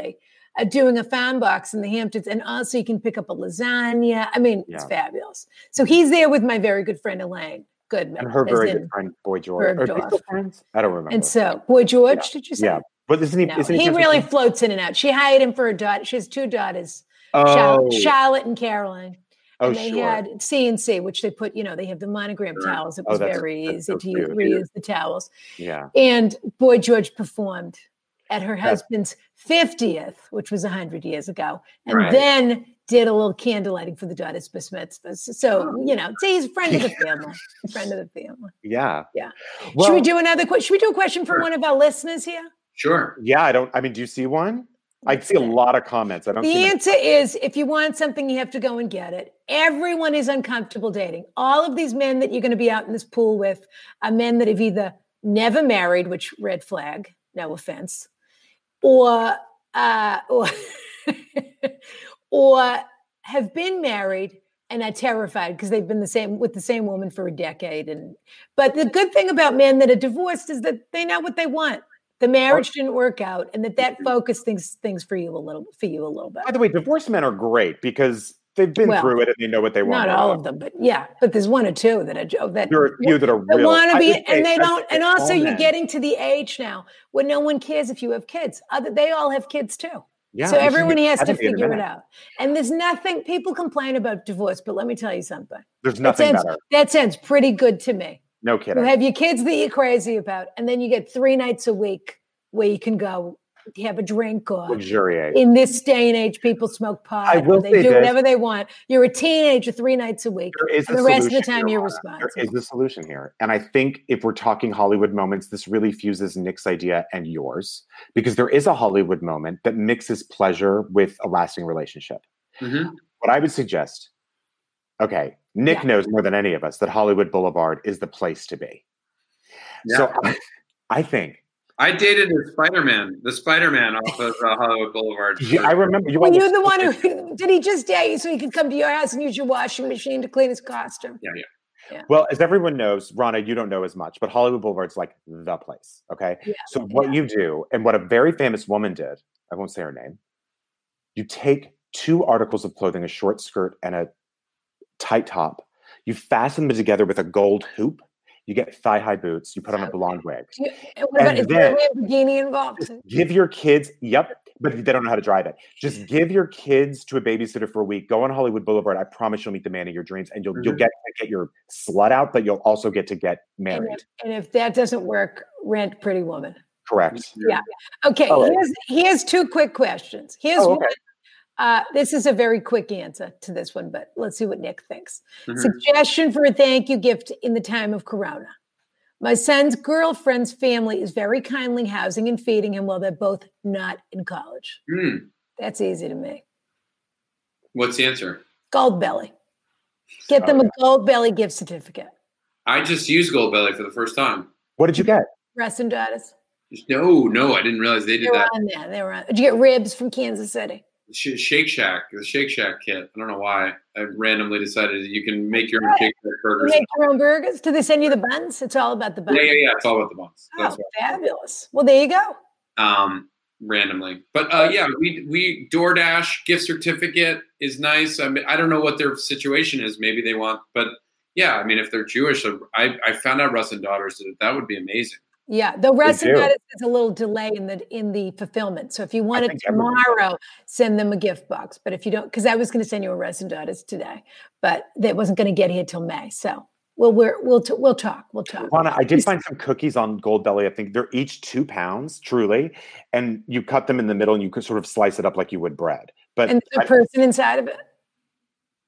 [SPEAKER 1] are E, uh, doing a fine box in the Hamptons, and also you can pick up a lasagna. I mean, it's
[SPEAKER 2] Yeah.
[SPEAKER 1] fabulous. So he's there with my very good friend Elaine Goodman,
[SPEAKER 2] and her
[SPEAKER 1] as
[SPEAKER 2] very
[SPEAKER 1] in-
[SPEAKER 2] good friend, Boy George. Are they
[SPEAKER 1] Bergdorf.
[SPEAKER 2] still friends? I don't remember.
[SPEAKER 1] and so boy George, did you say?
[SPEAKER 2] yeah, but isn't he?
[SPEAKER 1] No,
[SPEAKER 2] isn't
[SPEAKER 1] he
[SPEAKER 2] friends with
[SPEAKER 1] really
[SPEAKER 2] him?
[SPEAKER 1] floats in and out. She hired him for a daughter. She has two daughters, Char-
[SPEAKER 2] Oh,
[SPEAKER 1] Charlotte and Caroline.
[SPEAKER 2] oh,
[SPEAKER 1] and they
[SPEAKER 2] sure.
[SPEAKER 1] had CNC, which they put, you know, they have the monogram
[SPEAKER 4] Sure.
[SPEAKER 1] towels. It
[SPEAKER 2] Oh,
[SPEAKER 1] was
[SPEAKER 2] that's-
[SPEAKER 1] very
[SPEAKER 2] that's
[SPEAKER 1] easy
[SPEAKER 2] so
[SPEAKER 1] to use,
[SPEAKER 2] cute.
[SPEAKER 1] reuse the towels.
[SPEAKER 2] yeah,
[SPEAKER 1] And Boy George performed at her
[SPEAKER 2] That's-
[SPEAKER 1] husband's 50th, which was 100 years ago, and
[SPEAKER 4] Right.
[SPEAKER 1] then did a little candlelighting for the daughter's bar mitzvah. So, you know, say he's a friend of the family. friend of the family.
[SPEAKER 2] yeah,
[SPEAKER 1] Yeah.
[SPEAKER 2] Well,
[SPEAKER 1] should we do another question? Should we do a question from
[SPEAKER 4] Sure.
[SPEAKER 1] one of our listeners here?
[SPEAKER 4] Sure.
[SPEAKER 2] Yeah, I don't. I mean, do you see one? I see a
[SPEAKER 1] Okay.
[SPEAKER 2] lot of comments. I don't.
[SPEAKER 1] The
[SPEAKER 2] see many-
[SPEAKER 1] answer is if you want something, you have to go and get it. Everyone is uncomfortable dating. All of these men that you're going to be out in this pool with are men that have either never married, which red flag, no offense, or uh, or or have been married and are terrified because they've been the same with the same woman for a decade. And but the good thing about men that are divorced is that they know what they want. the marriage didn't work out, and that that
[SPEAKER 2] Mm-hmm.
[SPEAKER 1] focused things things for you a little for you a little bit.
[SPEAKER 2] By the way, divorced men are great because they've been
[SPEAKER 1] Well,
[SPEAKER 2] through it and they know what they want.
[SPEAKER 1] Not all of them, but yeah, but there's one or two that I jo- that
[SPEAKER 2] There are a few that are
[SPEAKER 1] They
[SPEAKER 2] real.
[SPEAKER 1] want
[SPEAKER 2] I
[SPEAKER 1] to be,
[SPEAKER 2] would say
[SPEAKER 1] and they
[SPEAKER 2] that's
[SPEAKER 1] don't.
[SPEAKER 2] it,
[SPEAKER 1] And also,
[SPEAKER 2] all
[SPEAKER 1] you're
[SPEAKER 2] men.
[SPEAKER 1] getting to the age now where no one cares if you have kids. Other, they all have kids too.
[SPEAKER 2] Yeah,
[SPEAKER 1] so
[SPEAKER 2] you should
[SPEAKER 1] everyone
[SPEAKER 2] get
[SPEAKER 1] has to
[SPEAKER 2] 70 in a
[SPEAKER 1] figure it
[SPEAKER 2] minute.
[SPEAKER 1] out. And there's nothing. People complain about divorce, but let me tell you something.
[SPEAKER 2] There's
[SPEAKER 1] That
[SPEAKER 2] nothing
[SPEAKER 1] sounds
[SPEAKER 2] better.
[SPEAKER 1] that sounds pretty good to me.
[SPEAKER 2] No
[SPEAKER 1] You
[SPEAKER 2] kidding.
[SPEAKER 1] have your kids that you're crazy about, and then you get three nights a week where you can go have a drink or
[SPEAKER 2] Luxuriate.
[SPEAKER 1] in this day and age, people smoke pot.
[SPEAKER 2] I
[SPEAKER 1] and
[SPEAKER 2] will
[SPEAKER 1] they
[SPEAKER 2] say
[SPEAKER 1] do
[SPEAKER 2] this.
[SPEAKER 1] whatever they want. You're a teenager three nights a week.
[SPEAKER 2] there is
[SPEAKER 1] and
[SPEAKER 2] a
[SPEAKER 1] the rest of the
[SPEAKER 2] solution
[SPEAKER 1] time
[SPEAKER 2] here,
[SPEAKER 1] you're
[SPEAKER 2] Rana. There
[SPEAKER 1] responsible.
[SPEAKER 2] is a solution here. And I think if we're talking Hollywood moments, this really fuses Nick's idea and yours because there is a Hollywood moment that mixes pleasure with a lasting relationship.
[SPEAKER 4] Mhm.
[SPEAKER 2] What I would suggest, okay, Nick
[SPEAKER 1] Yeah.
[SPEAKER 2] knows more than any of us that Hollywood Boulevard is the place to be. So I, I think,
[SPEAKER 4] I dated a Spider Man, the Spider Man off of uh, Hollywood Boulevard.
[SPEAKER 2] yeah, I remember you
[SPEAKER 1] Well,
[SPEAKER 2] all-
[SPEAKER 1] you're the one who did he just date you so he could come to your house and use your washing machine to clean his costume?
[SPEAKER 2] Well, as everyone knows, Rana, you don't know as much, but Hollywood Boulevard's like the place. Okay.
[SPEAKER 1] Yeah,
[SPEAKER 2] so what you do, and what a very famous woman did, I won't say her name, you take two articles of clothing, a short skirt and a tight top, you fasten them together with a gold hoop, you get thigh-high boots, you put on a blonde wig.
[SPEAKER 1] Do you- and what about
[SPEAKER 2] And
[SPEAKER 1] is there a
[SPEAKER 2] then-
[SPEAKER 1] Lamborghini involved?
[SPEAKER 2] Give your kids, yep, but they don't know how to drive it.
[SPEAKER 1] Mm.
[SPEAKER 2] Just give your kids to a babysitter for a week. Go on Hollywood Boulevard. I promise you'll meet the man of your dreams, and you'll you'll
[SPEAKER 4] Mhm.
[SPEAKER 2] get to get your slut out, but you'll also get to get
[SPEAKER 1] Mm-hmm. And
[SPEAKER 2] married.
[SPEAKER 1] if, and if that doesn't work, rent Pretty Woman. Mm.
[SPEAKER 2] Correct.
[SPEAKER 1] Okay,
[SPEAKER 2] All right.
[SPEAKER 1] here's here's two quick questions. Here's
[SPEAKER 2] Oh,
[SPEAKER 1] one. Uh, this is a very quick answer to this one, but let's see what Nick thinks.
[SPEAKER 4] Mhm.
[SPEAKER 1] Suggestion for a thank you gift in the time of Corona. My son's girlfriend's family is very kindly housing and feeding him while they're both not in college.
[SPEAKER 4] Hmm.
[SPEAKER 1] That's easy to me.
[SPEAKER 4] What's the answer?
[SPEAKER 1] Gold belly. Get them a gold belly gift certificate.
[SPEAKER 4] I just used Gold Belly for the first time.
[SPEAKER 2] What did you get?
[SPEAKER 1] Russ and daughters.
[SPEAKER 4] No, no, I didn't realize they
[SPEAKER 1] They
[SPEAKER 4] did
[SPEAKER 1] were
[SPEAKER 4] that.
[SPEAKER 1] on there. They were on. Did you get ribs from Kansas City?
[SPEAKER 4] Sh- Shake Shack, the Shake Shack kit. I don't know why I randomly decided you can make your own Shake Shack
[SPEAKER 1] You
[SPEAKER 4] burgers.
[SPEAKER 1] make your own burgers? Do they send you the buns? It's all about the buns.
[SPEAKER 4] Yeah, yeah, yeah. It's all about the buns. That's
[SPEAKER 1] Oh, fabulous. Well, there you go.
[SPEAKER 4] why. Um, randomly, but uh, yeah, we we DoorDash gift certificate is nice. I mean, I don't know what their situation is. Maybe they want, but yeah, I mean, if they're Jewish, I I found out Russ and Daughters that that would be amazing.
[SPEAKER 1] Yeah, the rest of
[SPEAKER 2] do.
[SPEAKER 1] that is is a little delay in the in the fulfillment. So if you want it
[SPEAKER 2] think everyone does.
[SPEAKER 1] tomorrow, send them a gift box. But if you don't, because I was going to send you a resin daughters today, but that wasn't going to get here till May. So we'll we're, we'll t- we'll talk. We'll talk.
[SPEAKER 2] Lana, I did find some cookies on Gold Belly. I think they're each two pounds, truly. And you cut them in the middle and you could sort of slice it up like you would bread. But
[SPEAKER 1] And the
[SPEAKER 2] I,
[SPEAKER 1] person inside of it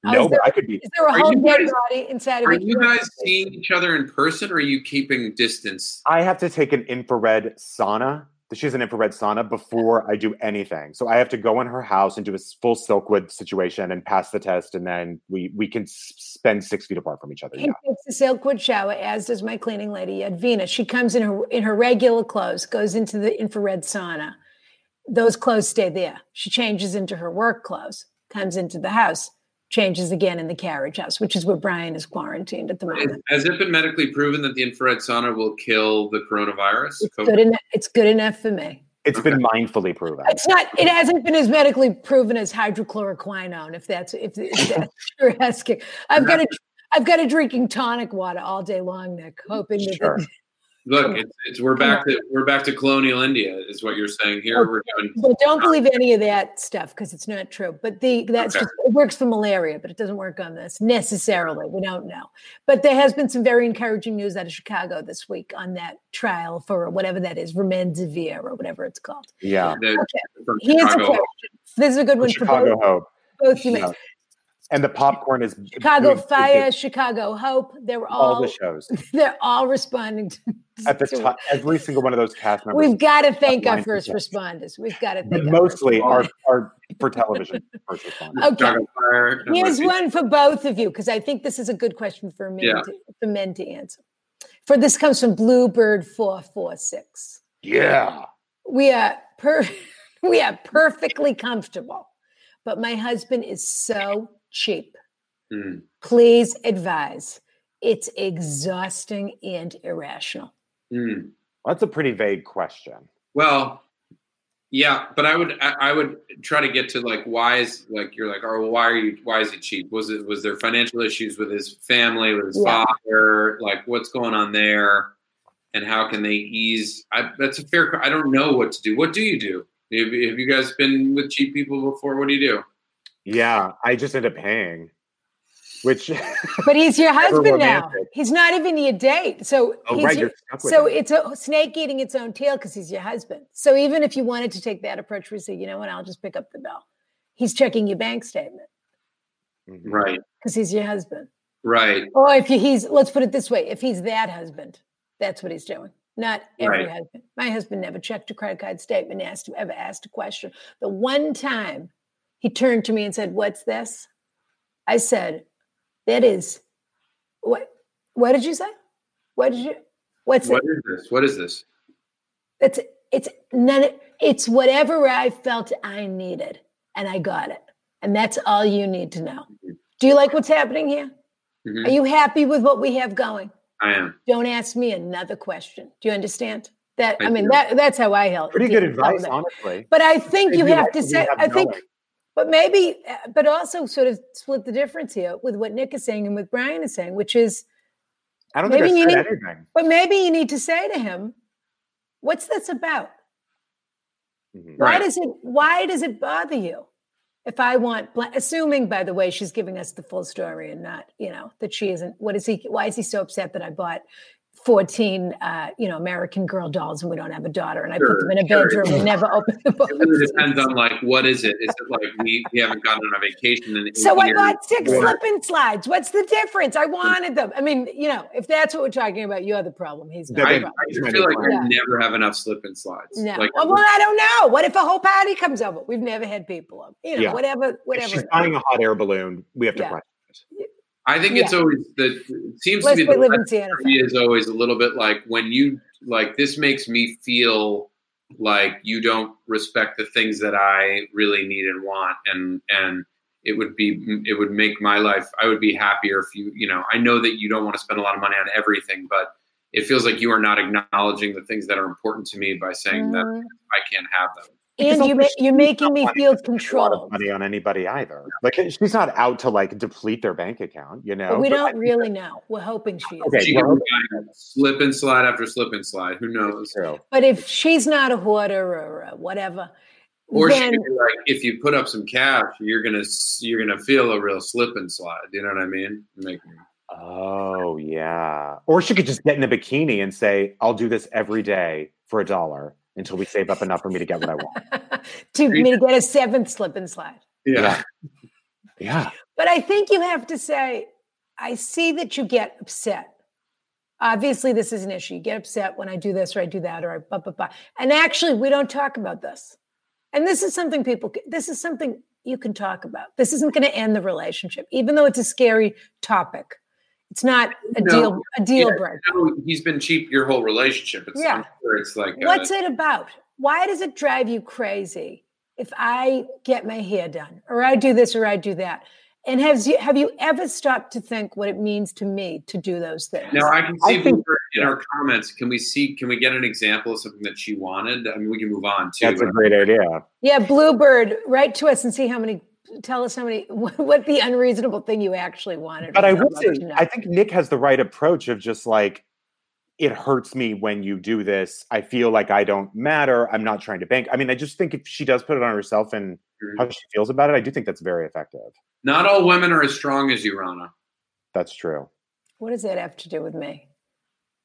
[SPEAKER 1] oh,
[SPEAKER 2] no,
[SPEAKER 1] is
[SPEAKER 2] but
[SPEAKER 1] there-
[SPEAKER 2] I could be.
[SPEAKER 1] is there a
[SPEAKER 4] Are
[SPEAKER 1] whole
[SPEAKER 4] you
[SPEAKER 1] dead
[SPEAKER 4] guys-
[SPEAKER 1] body inside of
[SPEAKER 4] Are
[SPEAKER 1] it?
[SPEAKER 4] you guys seeing each other in person, or are you keeping distance?
[SPEAKER 2] I have to take an infrared sauna. She has an infrared sauna before I do anything. So I have to go in her house and do a s- full Silkwood situation and pass the test. And then we we can s- spend six feet apart from each other.
[SPEAKER 1] He
[SPEAKER 2] Yeah.
[SPEAKER 1] takes a silkwood shower, as does my cleaning lady Edvina. She comes in her in her regular clothes, goes into the infrared sauna. Those clothes stay there. She changes into her work clothes, comes into the house, changes again in the carriage house, which is where Brian is quarantined at the moment.
[SPEAKER 4] Has it been medically proven that the infrared sauna will kill the coronavirus?
[SPEAKER 1] It's
[SPEAKER 4] COVID?
[SPEAKER 1] good enough. It's good enough for me.
[SPEAKER 2] It's been mindfully proven.
[SPEAKER 1] It's not. It hasn't been as medically proven as hydrochloroquinone. If that's if, if that's what you're asking, I've got a I've got a drinking tonic water all day long, Nick, hoping that
[SPEAKER 2] Sure.
[SPEAKER 4] Look, it's, it's we're
[SPEAKER 1] Come
[SPEAKER 4] back to we're back to colonial India, is what you're
[SPEAKER 1] Oh,
[SPEAKER 4] saying here. We're doing
[SPEAKER 1] Well, don't believe any of that stuff because it's not true. But the that's
[SPEAKER 4] Okay.
[SPEAKER 1] just it works for malaria, but it doesn't work on this necessarily. We don't know. But there has been some very encouraging news out of Chicago this week on that trial for whatever that is, remdesivir or whatever it's called.
[SPEAKER 2] Yeah.
[SPEAKER 4] the, from
[SPEAKER 1] Here's a
[SPEAKER 4] Chicago.
[SPEAKER 1] question. This is a good one
[SPEAKER 2] Chicago
[SPEAKER 1] for
[SPEAKER 2] Hope.
[SPEAKER 1] both, both you.
[SPEAKER 2] Yeah. And the popcorn is
[SPEAKER 1] Chicago
[SPEAKER 2] is- is-
[SPEAKER 1] Fire, Chicago Hope. They're
[SPEAKER 2] all
[SPEAKER 1] all,
[SPEAKER 2] the shows
[SPEAKER 1] they're all responding to,
[SPEAKER 2] at the
[SPEAKER 1] to it.
[SPEAKER 2] top. Every single one of those cast members,
[SPEAKER 1] We've got to thank our
[SPEAKER 2] Frontline
[SPEAKER 1] first
[SPEAKER 2] protection.
[SPEAKER 1] responders. We've got to
[SPEAKER 2] but
[SPEAKER 1] thank our first
[SPEAKER 2] mostly are
[SPEAKER 1] responders.
[SPEAKER 2] are for television first responders.
[SPEAKER 1] Okay.
[SPEAKER 4] Chicago Fire. Oh, and
[SPEAKER 1] Here's
[SPEAKER 4] what-
[SPEAKER 1] one for both of you because I think this is a good question for me
[SPEAKER 4] Yeah.
[SPEAKER 1] to, for men to answer. For this comes from Bluebird four four six.
[SPEAKER 2] Yeah,
[SPEAKER 1] We are per we are perfectly comfortable, but my husband is so cheap.
[SPEAKER 4] Hmm.
[SPEAKER 1] Please advise. It's exhausting and irrational.
[SPEAKER 4] Hmm.
[SPEAKER 2] that's a pretty vague question.
[SPEAKER 4] Well, yeah, but I would I, I would try to get to like why is like you're like oh well, why are you why is he cheap? Was it was there financial issues with his family with his
[SPEAKER 1] Yeah.
[SPEAKER 4] father? Like what's going on there? And how can they ease? I, that's a fair. I don't know what to do. What do you do? Have, have you guys been with cheap people before? What do you do?
[SPEAKER 2] Yeah, I just end up paying, which oh,
[SPEAKER 1] But he's your husband now.
[SPEAKER 2] romantic.
[SPEAKER 1] He's not even your date. So
[SPEAKER 2] Oh,
[SPEAKER 1] he's
[SPEAKER 2] right,
[SPEAKER 1] your-
[SPEAKER 2] you're stuck with
[SPEAKER 1] so
[SPEAKER 2] him.
[SPEAKER 1] it's a snake eating its own tail because he's your husband. So even if you wanted to take that approach, we say, you know what, I'll just pick up the bill. He's checking your bank statement
[SPEAKER 2] Mm-hmm.
[SPEAKER 4] Right,
[SPEAKER 1] because he's your husband.
[SPEAKER 4] right,
[SPEAKER 1] Or if you, he's, let's put it this way: if he's that husband, that's what he's doing. Not every
[SPEAKER 4] Right.
[SPEAKER 1] husband. My husband never checked a credit card statement, asked ever asked a question. The one time he turned to me and said, "What's this?" I said, "That is what? What did you say? What did you? What's
[SPEAKER 4] What
[SPEAKER 1] it?
[SPEAKER 4] is this? What is this?
[SPEAKER 1] It's it's none. of- It's whatever I felt I needed, and I got it. And that's all you need to know. Do you like what's happening here?
[SPEAKER 4] Mhm.
[SPEAKER 1] Are you happy with what we have going?"
[SPEAKER 4] I am.
[SPEAKER 1] don't ask me another question. Do you understand? That I,
[SPEAKER 4] I
[SPEAKER 1] mean
[SPEAKER 4] do.
[SPEAKER 1] that that's how I help.
[SPEAKER 2] pretty
[SPEAKER 1] deal
[SPEAKER 2] good
[SPEAKER 1] with all
[SPEAKER 2] advice,
[SPEAKER 1] that.
[SPEAKER 2] honestly.
[SPEAKER 1] But I think
[SPEAKER 2] If
[SPEAKER 1] you
[SPEAKER 2] you
[SPEAKER 1] have
[SPEAKER 2] like
[SPEAKER 1] to
[SPEAKER 2] what you
[SPEAKER 1] say
[SPEAKER 2] have
[SPEAKER 1] I think
[SPEAKER 2] going.
[SPEAKER 1] but maybe uh, but also sort of split the difference here with what Nick is saying and with Brian is saying, which is
[SPEAKER 2] I don't
[SPEAKER 1] Maybe you
[SPEAKER 2] think I said
[SPEAKER 1] need-
[SPEAKER 2] anything.
[SPEAKER 1] but maybe you need to say to him, what's this about?
[SPEAKER 2] Mhm.
[SPEAKER 1] Why
[SPEAKER 4] Right.
[SPEAKER 1] does it why does it bother you? If I want bla- assuming by the way she's giving us the full story and not, you know, that she isn't what is he why is he so upset that I bought 14 uh, you know, American girl dolls and we don't have a daughter and I put them in a
[SPEAKER 4] Sure, sure.
[SPEAKER 1] bedroom and never opened the box.
[SPEAKER 4] It really depends on like what is it? Is it like we, we haven't gone on a vacation in eight
[SPEAKER 1] So I
[SPEAKER 4] years?
[SPEAKER 1] bought six
[SPEAKER 4] Or-
[SPEAKER 1] slip and slides. What's the difference? I wanted them. I mean, you know, if that's what we're talking about, you're the problem. He's not
[SPEAKER 2] Yeah,
[SPEAKER 1] the
[SPEAKER 4] I, I
[SPEAKER 2] but-
[SPEAKER 1] problem.
[SPEAKER 4] just feel like
[SPEAKER 1] Yeah.
[SPEAKER 4] I never have enough slip and slides.
[SPEAKER 1] No. Oh,
[SPEAKER 4] Like,
[SPEAKER 1] well, I don't know. What if a whole party comes over? We've never had people over. You know,
[SPEAKER 2] Yeah.
[SPEAKER 1] whatever,
[SPEAKER 2] If
[SPEAKER 1] whatever.
[SPEAKER 2] she's
[SPEAKER 1] it is.
[SPEAKER 2] buying a hot air balloon, we have to
[SPEAKER 1] Yeah.
[SPEAKER 2] question.
[SPEAKER 4] I think it's
[SPEAKER 1] yeah.
[SPEAKER 4] always the it seems
[SPEAKER 1] Unless
[SPEAKER 4] to be
[SPEAKER 1] they
[SPEAKER 4] the
[SPEAKER 1] live in
[SPEAKER 4] lesson
[SPEAKER 1] Santa
[SPEAKER 4] for
[SPEAKER 1] Fe.
[SPEAKER 4] me is always a little bit like when you like this makes me feel like you don't respect the things that I really need and want, and and it would be it would make my life. I would be happier if you you know I know that you don't want to spend a lot of money on everything, but it feels like you are not acknowledging the things that are important to me by saying that
[SPEAKER 1] Mhm.
[SPEAKER 4] I can't have them.
[SPEAKER 2] Because
[SPEAKER 1] And you
[SPEAKER 2] also
[SPEAKER 1] ma-
[SPEAKER 2] she's
[SPEAKER 1] you're making me
[SPEAKER 2] wanting
[SPEAKER 1] feel
[SPEAKER 2] a lot of
[SPEAKER 1] controlled.
[SPEAKER 2] money on anybody either. Like eh, she's not out to like deplete their bank account, you know.
[SPEAKER 1] But we
[SPEAKER 2] But I
[SPEAKER 1] don't
[SPEAKER 2] think
[SPEAKER 1] really know. We're hoping she is.
[SPEAKER 2] Okay,
[SPEAKER 4] she
[SPEAKER 2] well-
[SPEAKER 4] can buy slip and slide after slip and slide. Who
[SPEAKER 2] that's
[SPEAKER 4] knows?
[SPEAKER 2] true.
[SPEAKER 1] But if she's not a hoarder or a whatever,
[SPEAKER 4] Or she
[SPEAKER 1] then
[SPEAKER 4] could be like, if you put up some cash, you're gonna s- you're gonna feel a real slip and slide. You know what I mean? Like,
[SPEAKER 2] Oh yeah. Or she could just get in a bikini and say, "I'll do this every day for a dollar until we save up enough for me to get what I want."
[SPEAKER 1] to me to get a seventh slip and slide.
[SPEAKER 4] yeah,
[SPEAKER 2] Yeah. Yeah.
[SPEAKER 1] But I think you have to say, I see that you get upset. Obviously, this is an issue. You get upset when I do this or I do that or I blah, blah, blah. And actually, we don't talk about this. And this is something people, c- this is something you can talk about. This isn't going to end the relationship, even though it's a scary topic. It's not a
[SPEAKER 4] No.
[SPEAKER 1] deal, a deal
[SPEAKER 4] Yeah.
[SPEAKER 1] breaker.
[SPEAKER 4] You know, he's been cheap your whole relationship. It's,
[SPEAKER 1] Yeah.
[SPEAKER 4] I'm sure it's like uh,
[SPEAKER 1] What's it about? Why does it drive you crazy if I get my hair done or I do this or I do that? And has you have you ever stopped to think what it means to me to do those things?
[SPEAKER 4] Now I can see
[SPEAKER 2] I think-
[SPEAKER 4] in our comments. Can we see? Can we get an example of something that she wanted? I mean, we can move on uh, too.
[SPEAKER 2] That's a
[SPEAKER 4] but-
[SPEAKER 2] great idea.
[SPEAKER 1] yeah, Bluebird, write to us and see how many tell us how many what, what the unreasonable thing you actually wanted.
[SPEAKER 2] But
[SPEAKER 1] was.
[SPEAKER 2] I
[SPEAKER 1] I'd
[SPEAKER 2] would
[SPEAKER 1] love
[SPEAKER 2] say
[SPEAKER 1] to know.
[SPEAKER 2] I think Nick has the right approach of just like it hurts me when you do this. I feel like I don't matter. I'm not trying to bank. I mean, I just think if she does put it on herself and how she feels about it, I do think that's very effective.
[SPEAKER 4] Not all women are as strong as you, Rana.
[SPEAKER 2] That's true.
[SPEAKER 1] what does that have to do with me?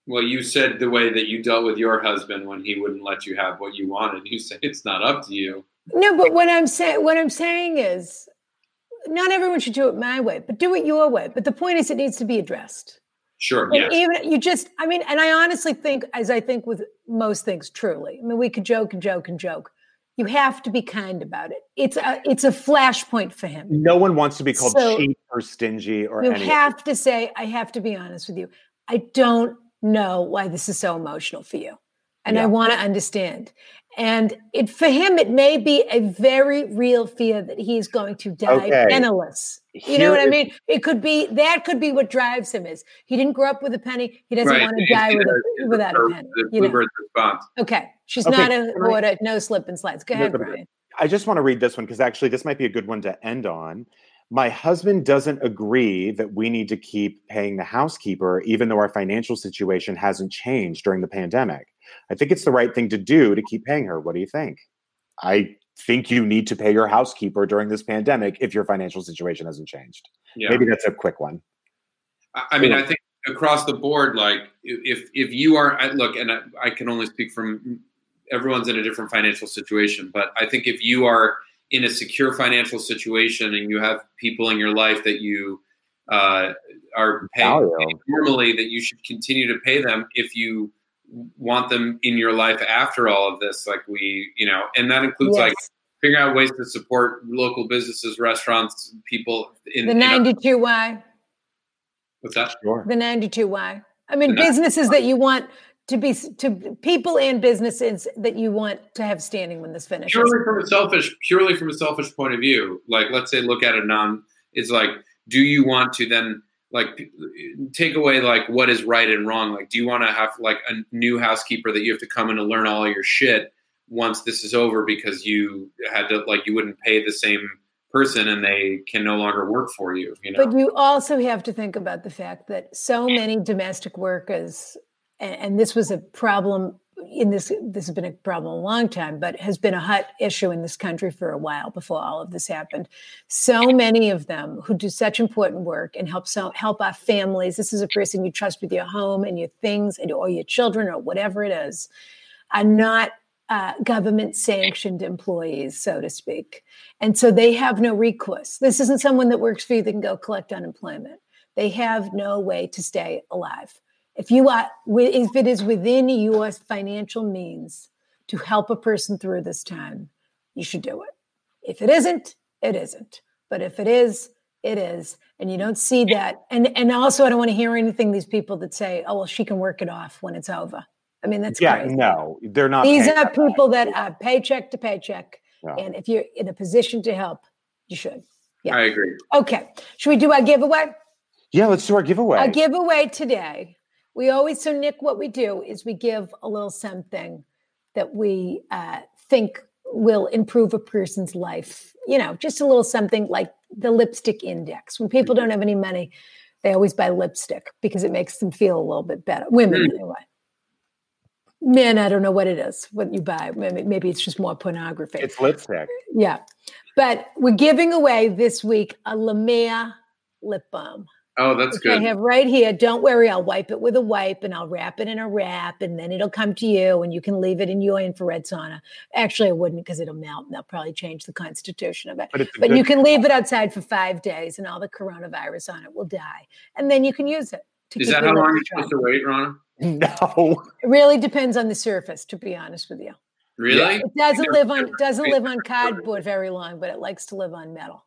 [SPEAKER 4] Well, you said the way that you dealt with your husband when he wouldn't let you have what you wanted. You said it's not up to you.
[SPEAKER 1] No, but what I'm saying what I'm saying is not everyone should do it my way, but do it your way. But the point is it needs to be addressed.
[SPEAKER 4] Sure.
[SPEAKER 1] And
[SPEAKER 4] Yes.
[SPEAKER 1] even you just, I mean, and I honestly think, as I think with most things, truly, I mean, we could joke and joke and joke. You have to be kind about it. It's a, it's a flashpoint for him.
[SPEAKER 2] No one wants to be called
[SPEAKER 1] Mm-hmm. So-
[SPEAKER 2] cheap or stingy or
[SPEAKER 1] You
[SPEAKER 2] anything.
[SPEAKER 1] have to say, I have to be honest with you. I don't know why this is so emotional for you. And I
[SPEAKER 2] Yeah.
[SPEAKER 1] want to understand. And it for him, it may be a very real fear that he's going to die
[SPEAKER 2] Okay.
[SPEAKER 1] penniless. You
[SPEAKER 2] Here
[SPEAKER 1] know what I
[SPEAKER 2] is-
[SPEAKER 1] mean? It could be that could be what drives him is he didn't grow up with a penny. He doesn't
[SPEAKER 4] Right.
[SPEAKER 1] want
[SPEAKER 4] It's
[SPEAKER 1] to die with
[SPEAKER 4] either-
[SPEAKER 1] a,
[SPEAKER 4] it's
[SPEAKER 1] without a
[SPEAKER 4] the-
[SPEAKER 1] penny.
[SPEAKER 4] The
[SPEAKER 1] You know?
[SPEAKER 4] bluebird's response.
[SPEAKER 1] Okay. She's
[SPEAKER 2] Okay,
[SPEAKER 1] not
[SPEAKER 2] can
[SPEAKER 1] a
[SPEAKER 2] I-
[SPEAKER 1] hoarder, no slip and slides. Go
[SPEAKER 2] No,
[SPEAKER 1] ahead,
[SPEAKER 2] go ahead.
[SPEAKER 1] Brian.
[SPEAKER 2] I just want to read this one because actually, this might be a good one to end on. My husband doesn't agree that we need to keep paying the housekeeper, even though our financial situation hasn't changed during the pandemic. I think it's the right thing to do to keep paying her. What do you think? I think you need to pay your housekeeper during this pandemic if your financial situation hasn't changed.
[SPEAKER 4] Yeah.
[SPEAKER 2] Maybe that's a quick one.
[SPEAKER 4] I I mean, I think across the board, like if if you are I- look, and I, I can only speak from everyone's in a different financial situation, but I think if you are in a secure financial situation and you have people in your life that you uh, are paying
[SPEAKER 2] Value.
[SPEAKER 4] normally, that you should continue to pay them if you want them in your life after all of this. Like we, you know, and that includes like
[SPEAKER 1] Yes.
[SPEAKER 4] figuring out ways to support local businesses, restaurants, people in
[SPEAKER 1] the
[SPEAKER 4] in our-
[SPEAKER 1] 92Y,
[SPEAKER 4] what's that?
[SPEAKER 2] Sure.
[SPEAKER 1] the 92Y. I mean,
[SPEAKER 4] The nine-
[SPEAKER 1] businesses that you want to be, to people and businesses that you want to have standing when this finishes.
[SPEAKER 4] purely from a selfish purely from a selfish point of view like let's say look at a non it's like do you want to then like p- take away like what is right and wrong like do you want to have like a new housekeeper that you have to come in and learn all your shit once this is over because you had to like you wouldn't pay the same person and they can no longer work for you you know
[SPEAKER 1] But you also have to think about the fact that so many domestic workers, and, and this was a problem in this, this has been a problem a long time, but has been a hot issue in this country for a while before all of this happened. So many of them who do such important work and help so help our families. This is a person you trust with your home and your things and or your children or whatever it is, are not uh, government sanctioned employees, so to speak. And so they have no recourse. This isn't someone that works for you that can go collect unemployment. They have no way to stay alive. If you are, wi- if it is within your financial means to help a person through this time, you should do it. If it isn't, it isn't. But if it is, it is. And you don't see that. And and also, I don't want to hear anything these people that say, "Oh well, she can work it off when it's over." I mean, that's
[SPEAKER 2] yeah,
[SPEAKER 1] crazy.
[SPEAKER 2] no, they're not.
[SPEAKER 1] These
[SPEAKER 2] paying
[SPEAKER 1] are
[SPEAKER 2] that much.
[SPEAKER 1] people that are paycheck to paycheck.
[SPEAKER 2] Yeah.
[SPEAKER 1] And if you're in a position to help, you should. Yeah.
[SPEAKER 4] i agree
[SPEAKER 1] Okay. Should we do our giveaway?
[SPEAKER 2] Yeah, let's do our giveaway.
[SPEAKER 1] Our giveaway today. We always, so Nick, what we do is we give a little something that we uh, think will improve a person's life. You know, just a little something like the lipstick index. When people don't have any money, they always buy lipstick because it makes them feel a little bit better. Women, anyway. Men, I don't know what it is, what you buy. Maybe maybe it's just more pornography.
[SPEAKER 2] it's lipstick.
[SPEAKER 1] yeah. But we're giving away this week a La Mer lip balm
[SPEAKER 4] oh that's
[SPEAKER 1] which
[SPEAKER 4] good
[SPEAKER 1] I have right here. Don't worry, I'll wipe it with a wipe and I'll wrap it in a wrap and then it'll come to you and you can leave it in your infrared sauna. Actually, I wouldn't because it'll melt and they'll probably change the constitution of it.
[SPEAKER 2] But it's a
[SPEAKER 1] But
[SPEAKER 2] good-
[SPEAKER 1] you can leave it outside for five days and all the coronavirus on it will die. And then you can use it. to
[SPEAKER 4] is
[SPEAKER 1] keep
[SPEAKER 4] that
[SPEAKER 1] your
[SPEAKER 4] how long
[SPEAKER 1] lips
[SPEAKER 4] you're
[SPEAKER 1] dry.
[SPEAKER 4] supposed to wait Ronna?
[SPEAKER 2] No.
[SPEAKER 1] It really depends on the surface, to be honest with you.
[SPEAKER 4] really
[SPEAKER 1] It doesn't
[SPEAKER 4] They're
[SPEAKER 1] live on it
[SPEAKER 4] different.
[SPEAKER 1] doesn't
[SPEAKER 4] They're
[SPEAKER 1] live on
[SPEAKER 4] different.
[SPEAKER 1] cardboard very long, but it likes to live on metal.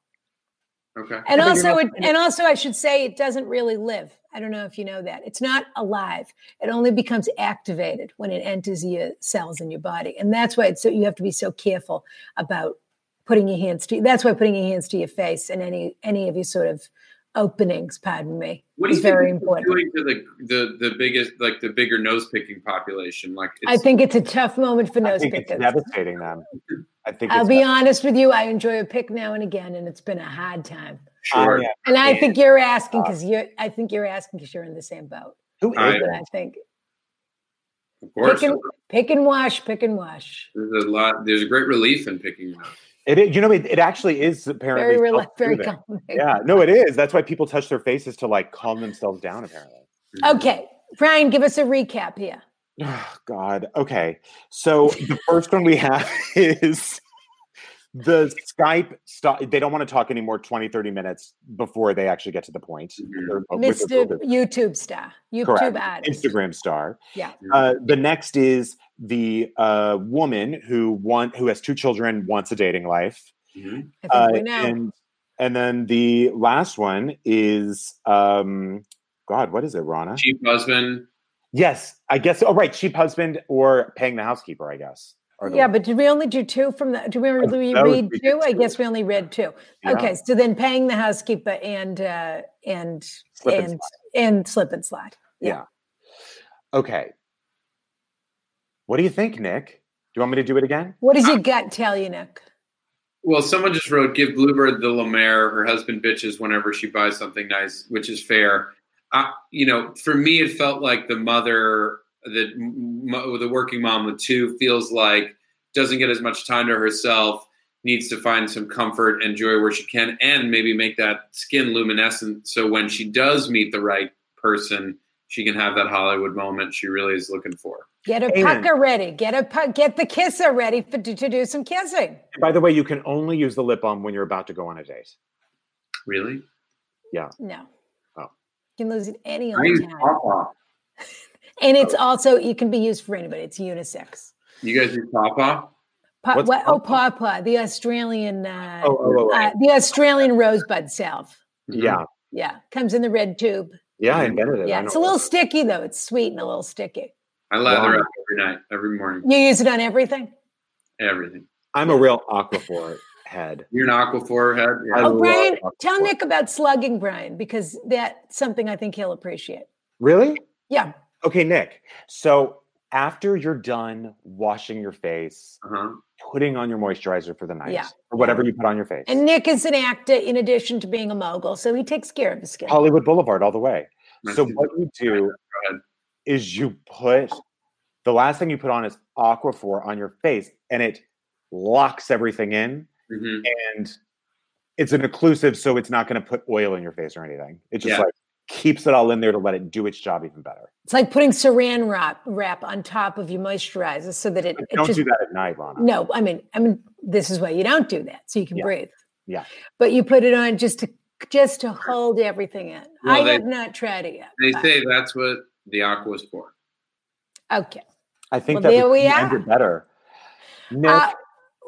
[SPEAKER 4] okay
[SPEAKER 1] And
[SPEAKER 2] But you're
[SPEAKER 1] also,
[SPEAKER 2] not
[SPEAKER 1] it, and also, I should say, it doesn't really live. I don't know if you know that. It's not alive. It only becomes activated when it enters your cells in your body, and that's why it's so you have to be so careful about putting your hands to. That's why putting your hands to your face and any any of your sort of openings, pardon me,
[SPEAKER 4] What do
[SPEAKER 1] is
[SPEAKER 4] you think
[SPEAKER 1] very
[SPEAKER 4] this is
[SPEAKER 1] important.
[SPEAKER 4] Doing to the, the the biggest like the bigger nose picking population, like
[SPEAKER 1] I think it's a tough moment for
[SPEAKER 2] I
[SPEAKER 1] nose
[SPEAKER 2] think it's
[SPEAKER 1] pickers.
[SPEAKER 2] devastating them. I think
[SPEAKER 1] I'll
[SPEAKER 2] it's
[SPEAKER 1] be honest with you. I enjoy a pick now and again, and it's been a hard time.
[SPEAKER 4] sure.
[SPEAKER 2] I am-
[SPEAKER 1] And I
[SPEAKER 2] Um, Yeah.
[SPEAKER 1] think you're asking because you're. I think you're asking because you're in the same boat.
[SPEAKER 2] Who is
[SPEAKER 4] Uh, I-
[SPEAKER 1] But
[SPEAKER 2] it?
[SPEAKER 1] I think
[SPEAKER 4] of course,
[SPEAKER 1] Pick and, pick and wash, pick and wash.
[SPEAKER 4] there's a lot. There's a great relief in picking it up.
[SPEAKER 2] It is, you know, it, it actually is apparently
[SPEAKER 1] Very relaxed, very
[SPEAKER 2] self-soothing.
[SPEAKER 1] calming.
[SPEAKER 2] Yeah, no, it is. That's why people touch their faces to like calm themselves down, apparently.
[SPEAKER 1] Okay, Brian, give us a recap here.
[SPEAKER 2] Oh, God. Okay. So the first one we have is the Skype stop. They don't want to talk anymore 20, 30 minutes before they actually get to the point.
[SPEAKER 4] Mhm.
[SPEAKER 2] They're- with their
[SPEAKER 1] Mr.
[SPEAKER 2] COVID.
[SPEAKER 1] YouTube star, YouTube
[SPEAKER 2] Correct.
[SPEAKER 1] artist.
[SPEAKER 2] Instagram star.
[SPEAKER 1] Yeah.
[SPEAKER 2] Uh, the next is the uh, woman who want who has two children, wants a dating life.
[SPEAKER 4] Mhm.
[SPEAKER 1] I think
[SPEAKER 2] Uh,
[SPEAKER 1] we know.
[SPEAKER 2] and and then the last one is um God, what is it, Rana?
[SPEAKER 4] Cheap husband.
[SPEAKER 2] Yes, I guess. Oh, right, cheap husband or paying the housekeeper, I guess. are the
[SPEAKER 1] Yeah, but did we only do two from the? Do we only
[SPEAKER 2] Oh, that was
[SPEAKER 1] read
[SPEAKER 2] we did
[SPEAKER 1] two? I
[SPEAKER 2] two.
[SPEAKER 1] guess we only read two.
[SPEAKER 2] Yeah.
[SPEAKER 1] Okay, so then paying the housekeeper and uh, and
[SPEAKER 2] Slip and
[SPEAKER 1] and and slip and slide.
[SPEAKER 2] Yeah. Okay. What do you think, Nick? Do you want me to do it again?
[SPEAKER 1] What does your gut tell you, Nick?
[SPEAKER 4] Well, someone just wrote, "Give Bluebird the Lemaire. Her husband bitches whenever she buys something nice, which is fair." I, you know, for me, it felt like the mother, the m- m- the working mom with two, feels like doesn't get as much time to herself. Needs to find some comfort and joy where she can, and maybe make that skin luminescent. So when she does meet the right person, she can have that Hollywood moment she really is looking for.
[SPEAKER 1] Get a
[SPEAKER 2] Amen.
[SPEAKER 1] pucker ready. Get a pu- get the kisser ready for, to, to do some kissing.
[SPEAKER 2] By the way, you can only use the lip balm when you're about to go on a date.
[SPEAKER 4] Really,
[SPEAKER 1] No.
[SPEAKER 2] Oh.
[SPEAKER 1] You can lose it any
[SPEAKER 4] I
[SPEAKER 1] old
[SPEAKER 4] use
[SPEAKER 1] time.
[SPEAKER 4] Pop Off.
[SPEAKER 1] And it's also it can be used for anybody. It's unisex.
[SPEAKER 4] You guys use Pop Off?
[SPEAKER 1] Pa-
[SPEAKER 2] What's
[SPEAKER 1] what, oh, pawpaw, the Australian uh,
[SPEAKER 2] Oh, oh, oh, oh.
[SPEAKER 1] uh, the Australian rosebud salve.
[SPEAKER 2] yeah,
[SPEAKER 1] Yeah, comes in the red tube.
[SPEAKER 2] yeah, I invented it. I
[SPEAKER 1] Yeah,
[SPEAKER 2] know.
[SPEAKER 1] it's a little sticky though. It's sweet and a little sticky.
[SPEAKER 4] I lather
[SPEAKER 2] Wow.
[SPEAKER 4] up every night, every morning,
[SPEAKER 1] You use it on everything.
[SPEAKER 4] everything.
[SPEAKER 2] I'm a real aquaphor head.
[SPEAKER 4] You're an aquaphor head.
[SPEAKER 2] I
[SPEAKER 4] Yeah.
[SPEAKER 1] Oh,
[SPEAKER 2] love
[SPEAKER 1] Brian,
[SPEAKER 2] aquaphor.
[SPEAKER 1] tell Nick about slugging, Brian, because that's something I think he'll appreciate.
[SPEAKER 2] Really?
[SPEAKER 1] Yeah,
[SPEAKER 2] Okay, Nick. So after you're done washing your face,
[SPEAKER 4] Uh-huh.
[SPEAKER 2] putting on your moisturizer for the night,
[SPEAKER 1] Yeah.
[SPEAKER 2] or whatever you put on your face,
[SPEAKER 1] and Nick is an actor in addition to being a mogul, so he takes care of his skin.
[SPEAKER 2] Hollywood Boulevard all the way.
[SPEAKER 4] Nice
[SPEAKER 2] So
[SPEAKER 4] to
[SPEAKER 2] what you do
[SPEAKER 4] ahead.
[SPEAKER 2] is you put the last thing you put on is Aquaphor on your face, and it locks everything in,
[SPEAKER 4] Mhm.
[SPEAKER 2] and it's an occlusive, so it's not going to put oil in your face or anything. It just
[SPEAKER 4] Yeah.
[SPEAKER 2] like keeps it all in there to let it do its job even better.
[SPEAKER 1] It's like putting saran wrap wrap on top of your moisturizer so that it, it
[SPEAKER 2] Don't
[SPEAKER 1] just
[SPEAKER 2] do that at night, Lana.
[SPEAKER 1] No, I mean, I mean, this is why you don't do that, so you can
[SPEAKER 2] Yeah.
[SPEAKER 1] breathe.
[SPEAKER 2] Yeah.
[SPEAKER 1] But you put it on just to just to hold everything in. I
[SPEAKER 4] Well, they-
[SPEAKER 1] have not tried it yet.
[SPEAKER 4] They
[SPEAKER 1] but-
[SPEAKER 4] say that's what the aqua is for.
[SPEAKER 1] okay.
[SPEAKER 2] I think
[SPEAKER 1] Well,
[SPEAKER 2] that
[SPEAKER 1] there
[SPEAKER 2] would
[SPEAKER 1] we
[SPEAKER 2] end
[SPEAKER 1] are.
[SPEAKER 2] it better. Nick,
[SPEAKER 1] Uh,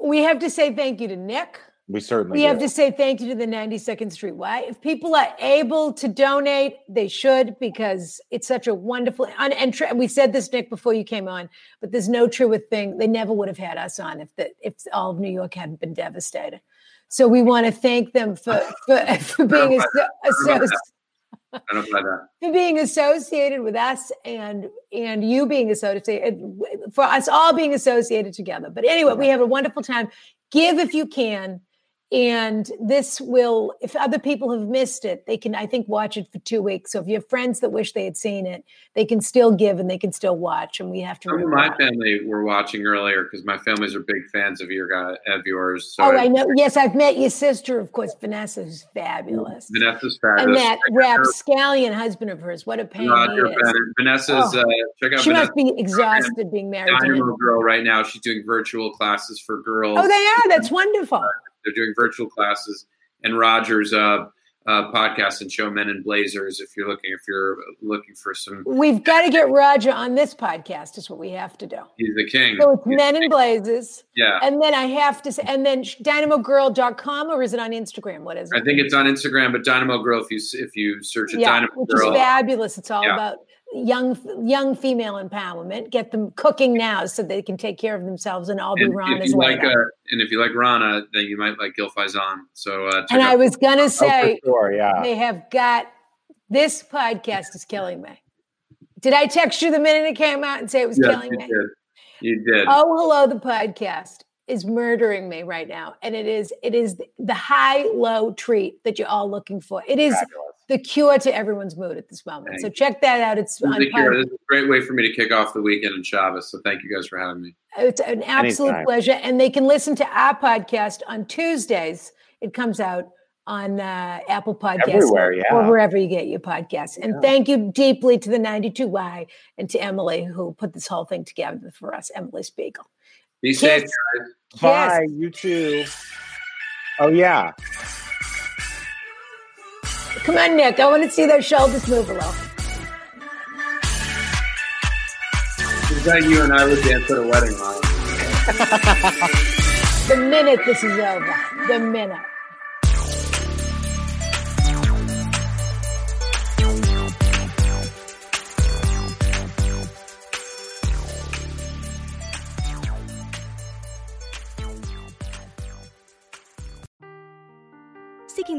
[SPEAKER 1] we have to say thank you to Nick.
[SPEAKER 2] we certainly
[SPEAKER 1] We
[SPEAKER 2] do.
[SPEAKER 1] have to say thank you to the 92nd Street Y. If people are able to donate, they should because it's such a wonderful and, and tr- we said this Nick before you came on, but there's no truer thing. They never would have had us on if the if all of New York hadn't been devastated. So we want to thank them for for, for being asso-
[SPEAKER 4] about
[SPEAKER 1] associated
[SPEAKER 4] that. I don't buy that.
[SPEAKER 1] for being associated with us and and you being associated for us all being associated together but anyway we have a wonderful time give if you can and this will if other people have missed it they can i think watch it for two weeks so if you have friends that wish they had seen it they can still give and they can still watch and we have to
[SPEAKER 4] Some of
[SPEAKER 1] remember
[SPEAKER 4] my
[SPEAKER 1] that.
[SPEAKER 4] family were watching earlier because my families are big fans of your guy of yours. So
[SPEAKER 1] oh i know yes i've met your sister of course vanessa who's fabulous
[SPEAKER 4] Vanessa's
[SPEAKER 1] and
[SPEAKER 4] fabulous.
[SPEAKER 1] that rapscallion husband of hers what a pain he
[SPEAKER 4] Roger
[SPEAKER 1] is.
[SPEAKER 4] Bennett. Vanessa's
[SPEAKER 1] Oh.
[SPEAKER 4] uh, check out
[SPEAKER 1] she
[SPEAKER 4] Vanessa's
[SPEAKER 1] must be exhausted being married to him
[SPEAKER 4] Dynamo Girl right now. She's doing virtual classes for girls.
[SPEAKER 1] Oh, they are. That's wonderful.
[SPEAKER 4] They're doing virtual classes and Roger's uh, uh, podcast and show Men in Blazers. If you're looking, if you're looking for some,
[SPEAKER 1] We've got to get Roger on this podcast, is what we have to do.
[SPEAKER 4] he's the king.
[SPEAKER 1] So it's Men in Blazes.
[SPEAKER 4] yeah.
[SPEAKER 1] And then I have to say, and then dynamogirl.com, or is it on Instagram? What is
[SPEAKER 4] I
[SPEAKER 1] it?
[SPEAKER 4] think it's on Instagram, but Dynamo Girl. If you if you search a
[SPEAKER 1] Yeah,
[SPEAKER 4] Dynamo
[SPEAKER 1] which
[SPEAKER 4] Girl,
[SPEAKER 1] is fabulous. It's all
[SPEAKER 4] Yeah.
[SPEAKER 1] about young young female empowerment. Get them cooking now so they can take care of themselves and all be
[SPEAKER 4] and
[SPEAKER 1] Ron
[SPEAKER 4] if
[SPEAKER 1] as
[SPEAKER 4] you
[SPEAKER 1] well.
[SPEAKER 4] like uh, and if you like Rana, then you might like Gil Faison. So uh, check
[SPEAKER 1] and I
[SPEAKER 4] out-
[SPEAKER 1] was going to say,
[SPEAKER 2] oh, for sure, yeah.
[SPEAKER 1] they have got this podcast is killing me. Did I text you the minute it came out and say it was
[SPEAKER 4] Yeah,
[SPEAKER 1] killing
[SPEAKER 4] you
[SPEAKER 1] me?
[SPEAKER 4] did. You did.
[SPEAKER 1] Oh, hello, the podcast is murdering me right now. And it is it is the high low treat that you're all looking for. It is
[SPEAKER 2] Fabulous.
[SPEAKER 1] the cure to everyone's mood at this moment. So
[SPEAKER 4] Thank
[SPEAKER 1] check that out. It's
[SPEAKER 4] This
[SPEAKER 1] on
[SPEAKER 4] is a cure.
[SPEAKER 1] pod-
[SPEAKER 4] This is a great way for me to kick off the weekend in Chavez. So thank you guys for having me.
[SPEAKER 1] it's an absolute
[SPEAKER 2] Anytime.
[SPEAKER 1] pleasure. And they can listen to our podcast on Tuesdays. It comes out on uh, Apple Podcasts
[SPEAKER 2] Everywhere,
[SPEAKER 1] or
[SPEAKER 2] yeah.
[SPEAKER 1] wherever you get your podcasts. And thank you deeply to the 92Y and to Emily who put this whole thing together for us, Emily Spiegel.
[SPEAKER 4] Be safe.
[SPEAKER 1] Kiss.
[SPEAKER 4] guys.
[SPEAKER 2] Bye, you too. Oh yeah.
[SPEAKER 1] Come on, Nick. I want to see those shoulders move a little.
[SPEAKER 4] It's like you and I would dance at a wedding. Rana.
[SPEAKER 1] The minute this is over, the minute.
[SPEAKER 5] Seeking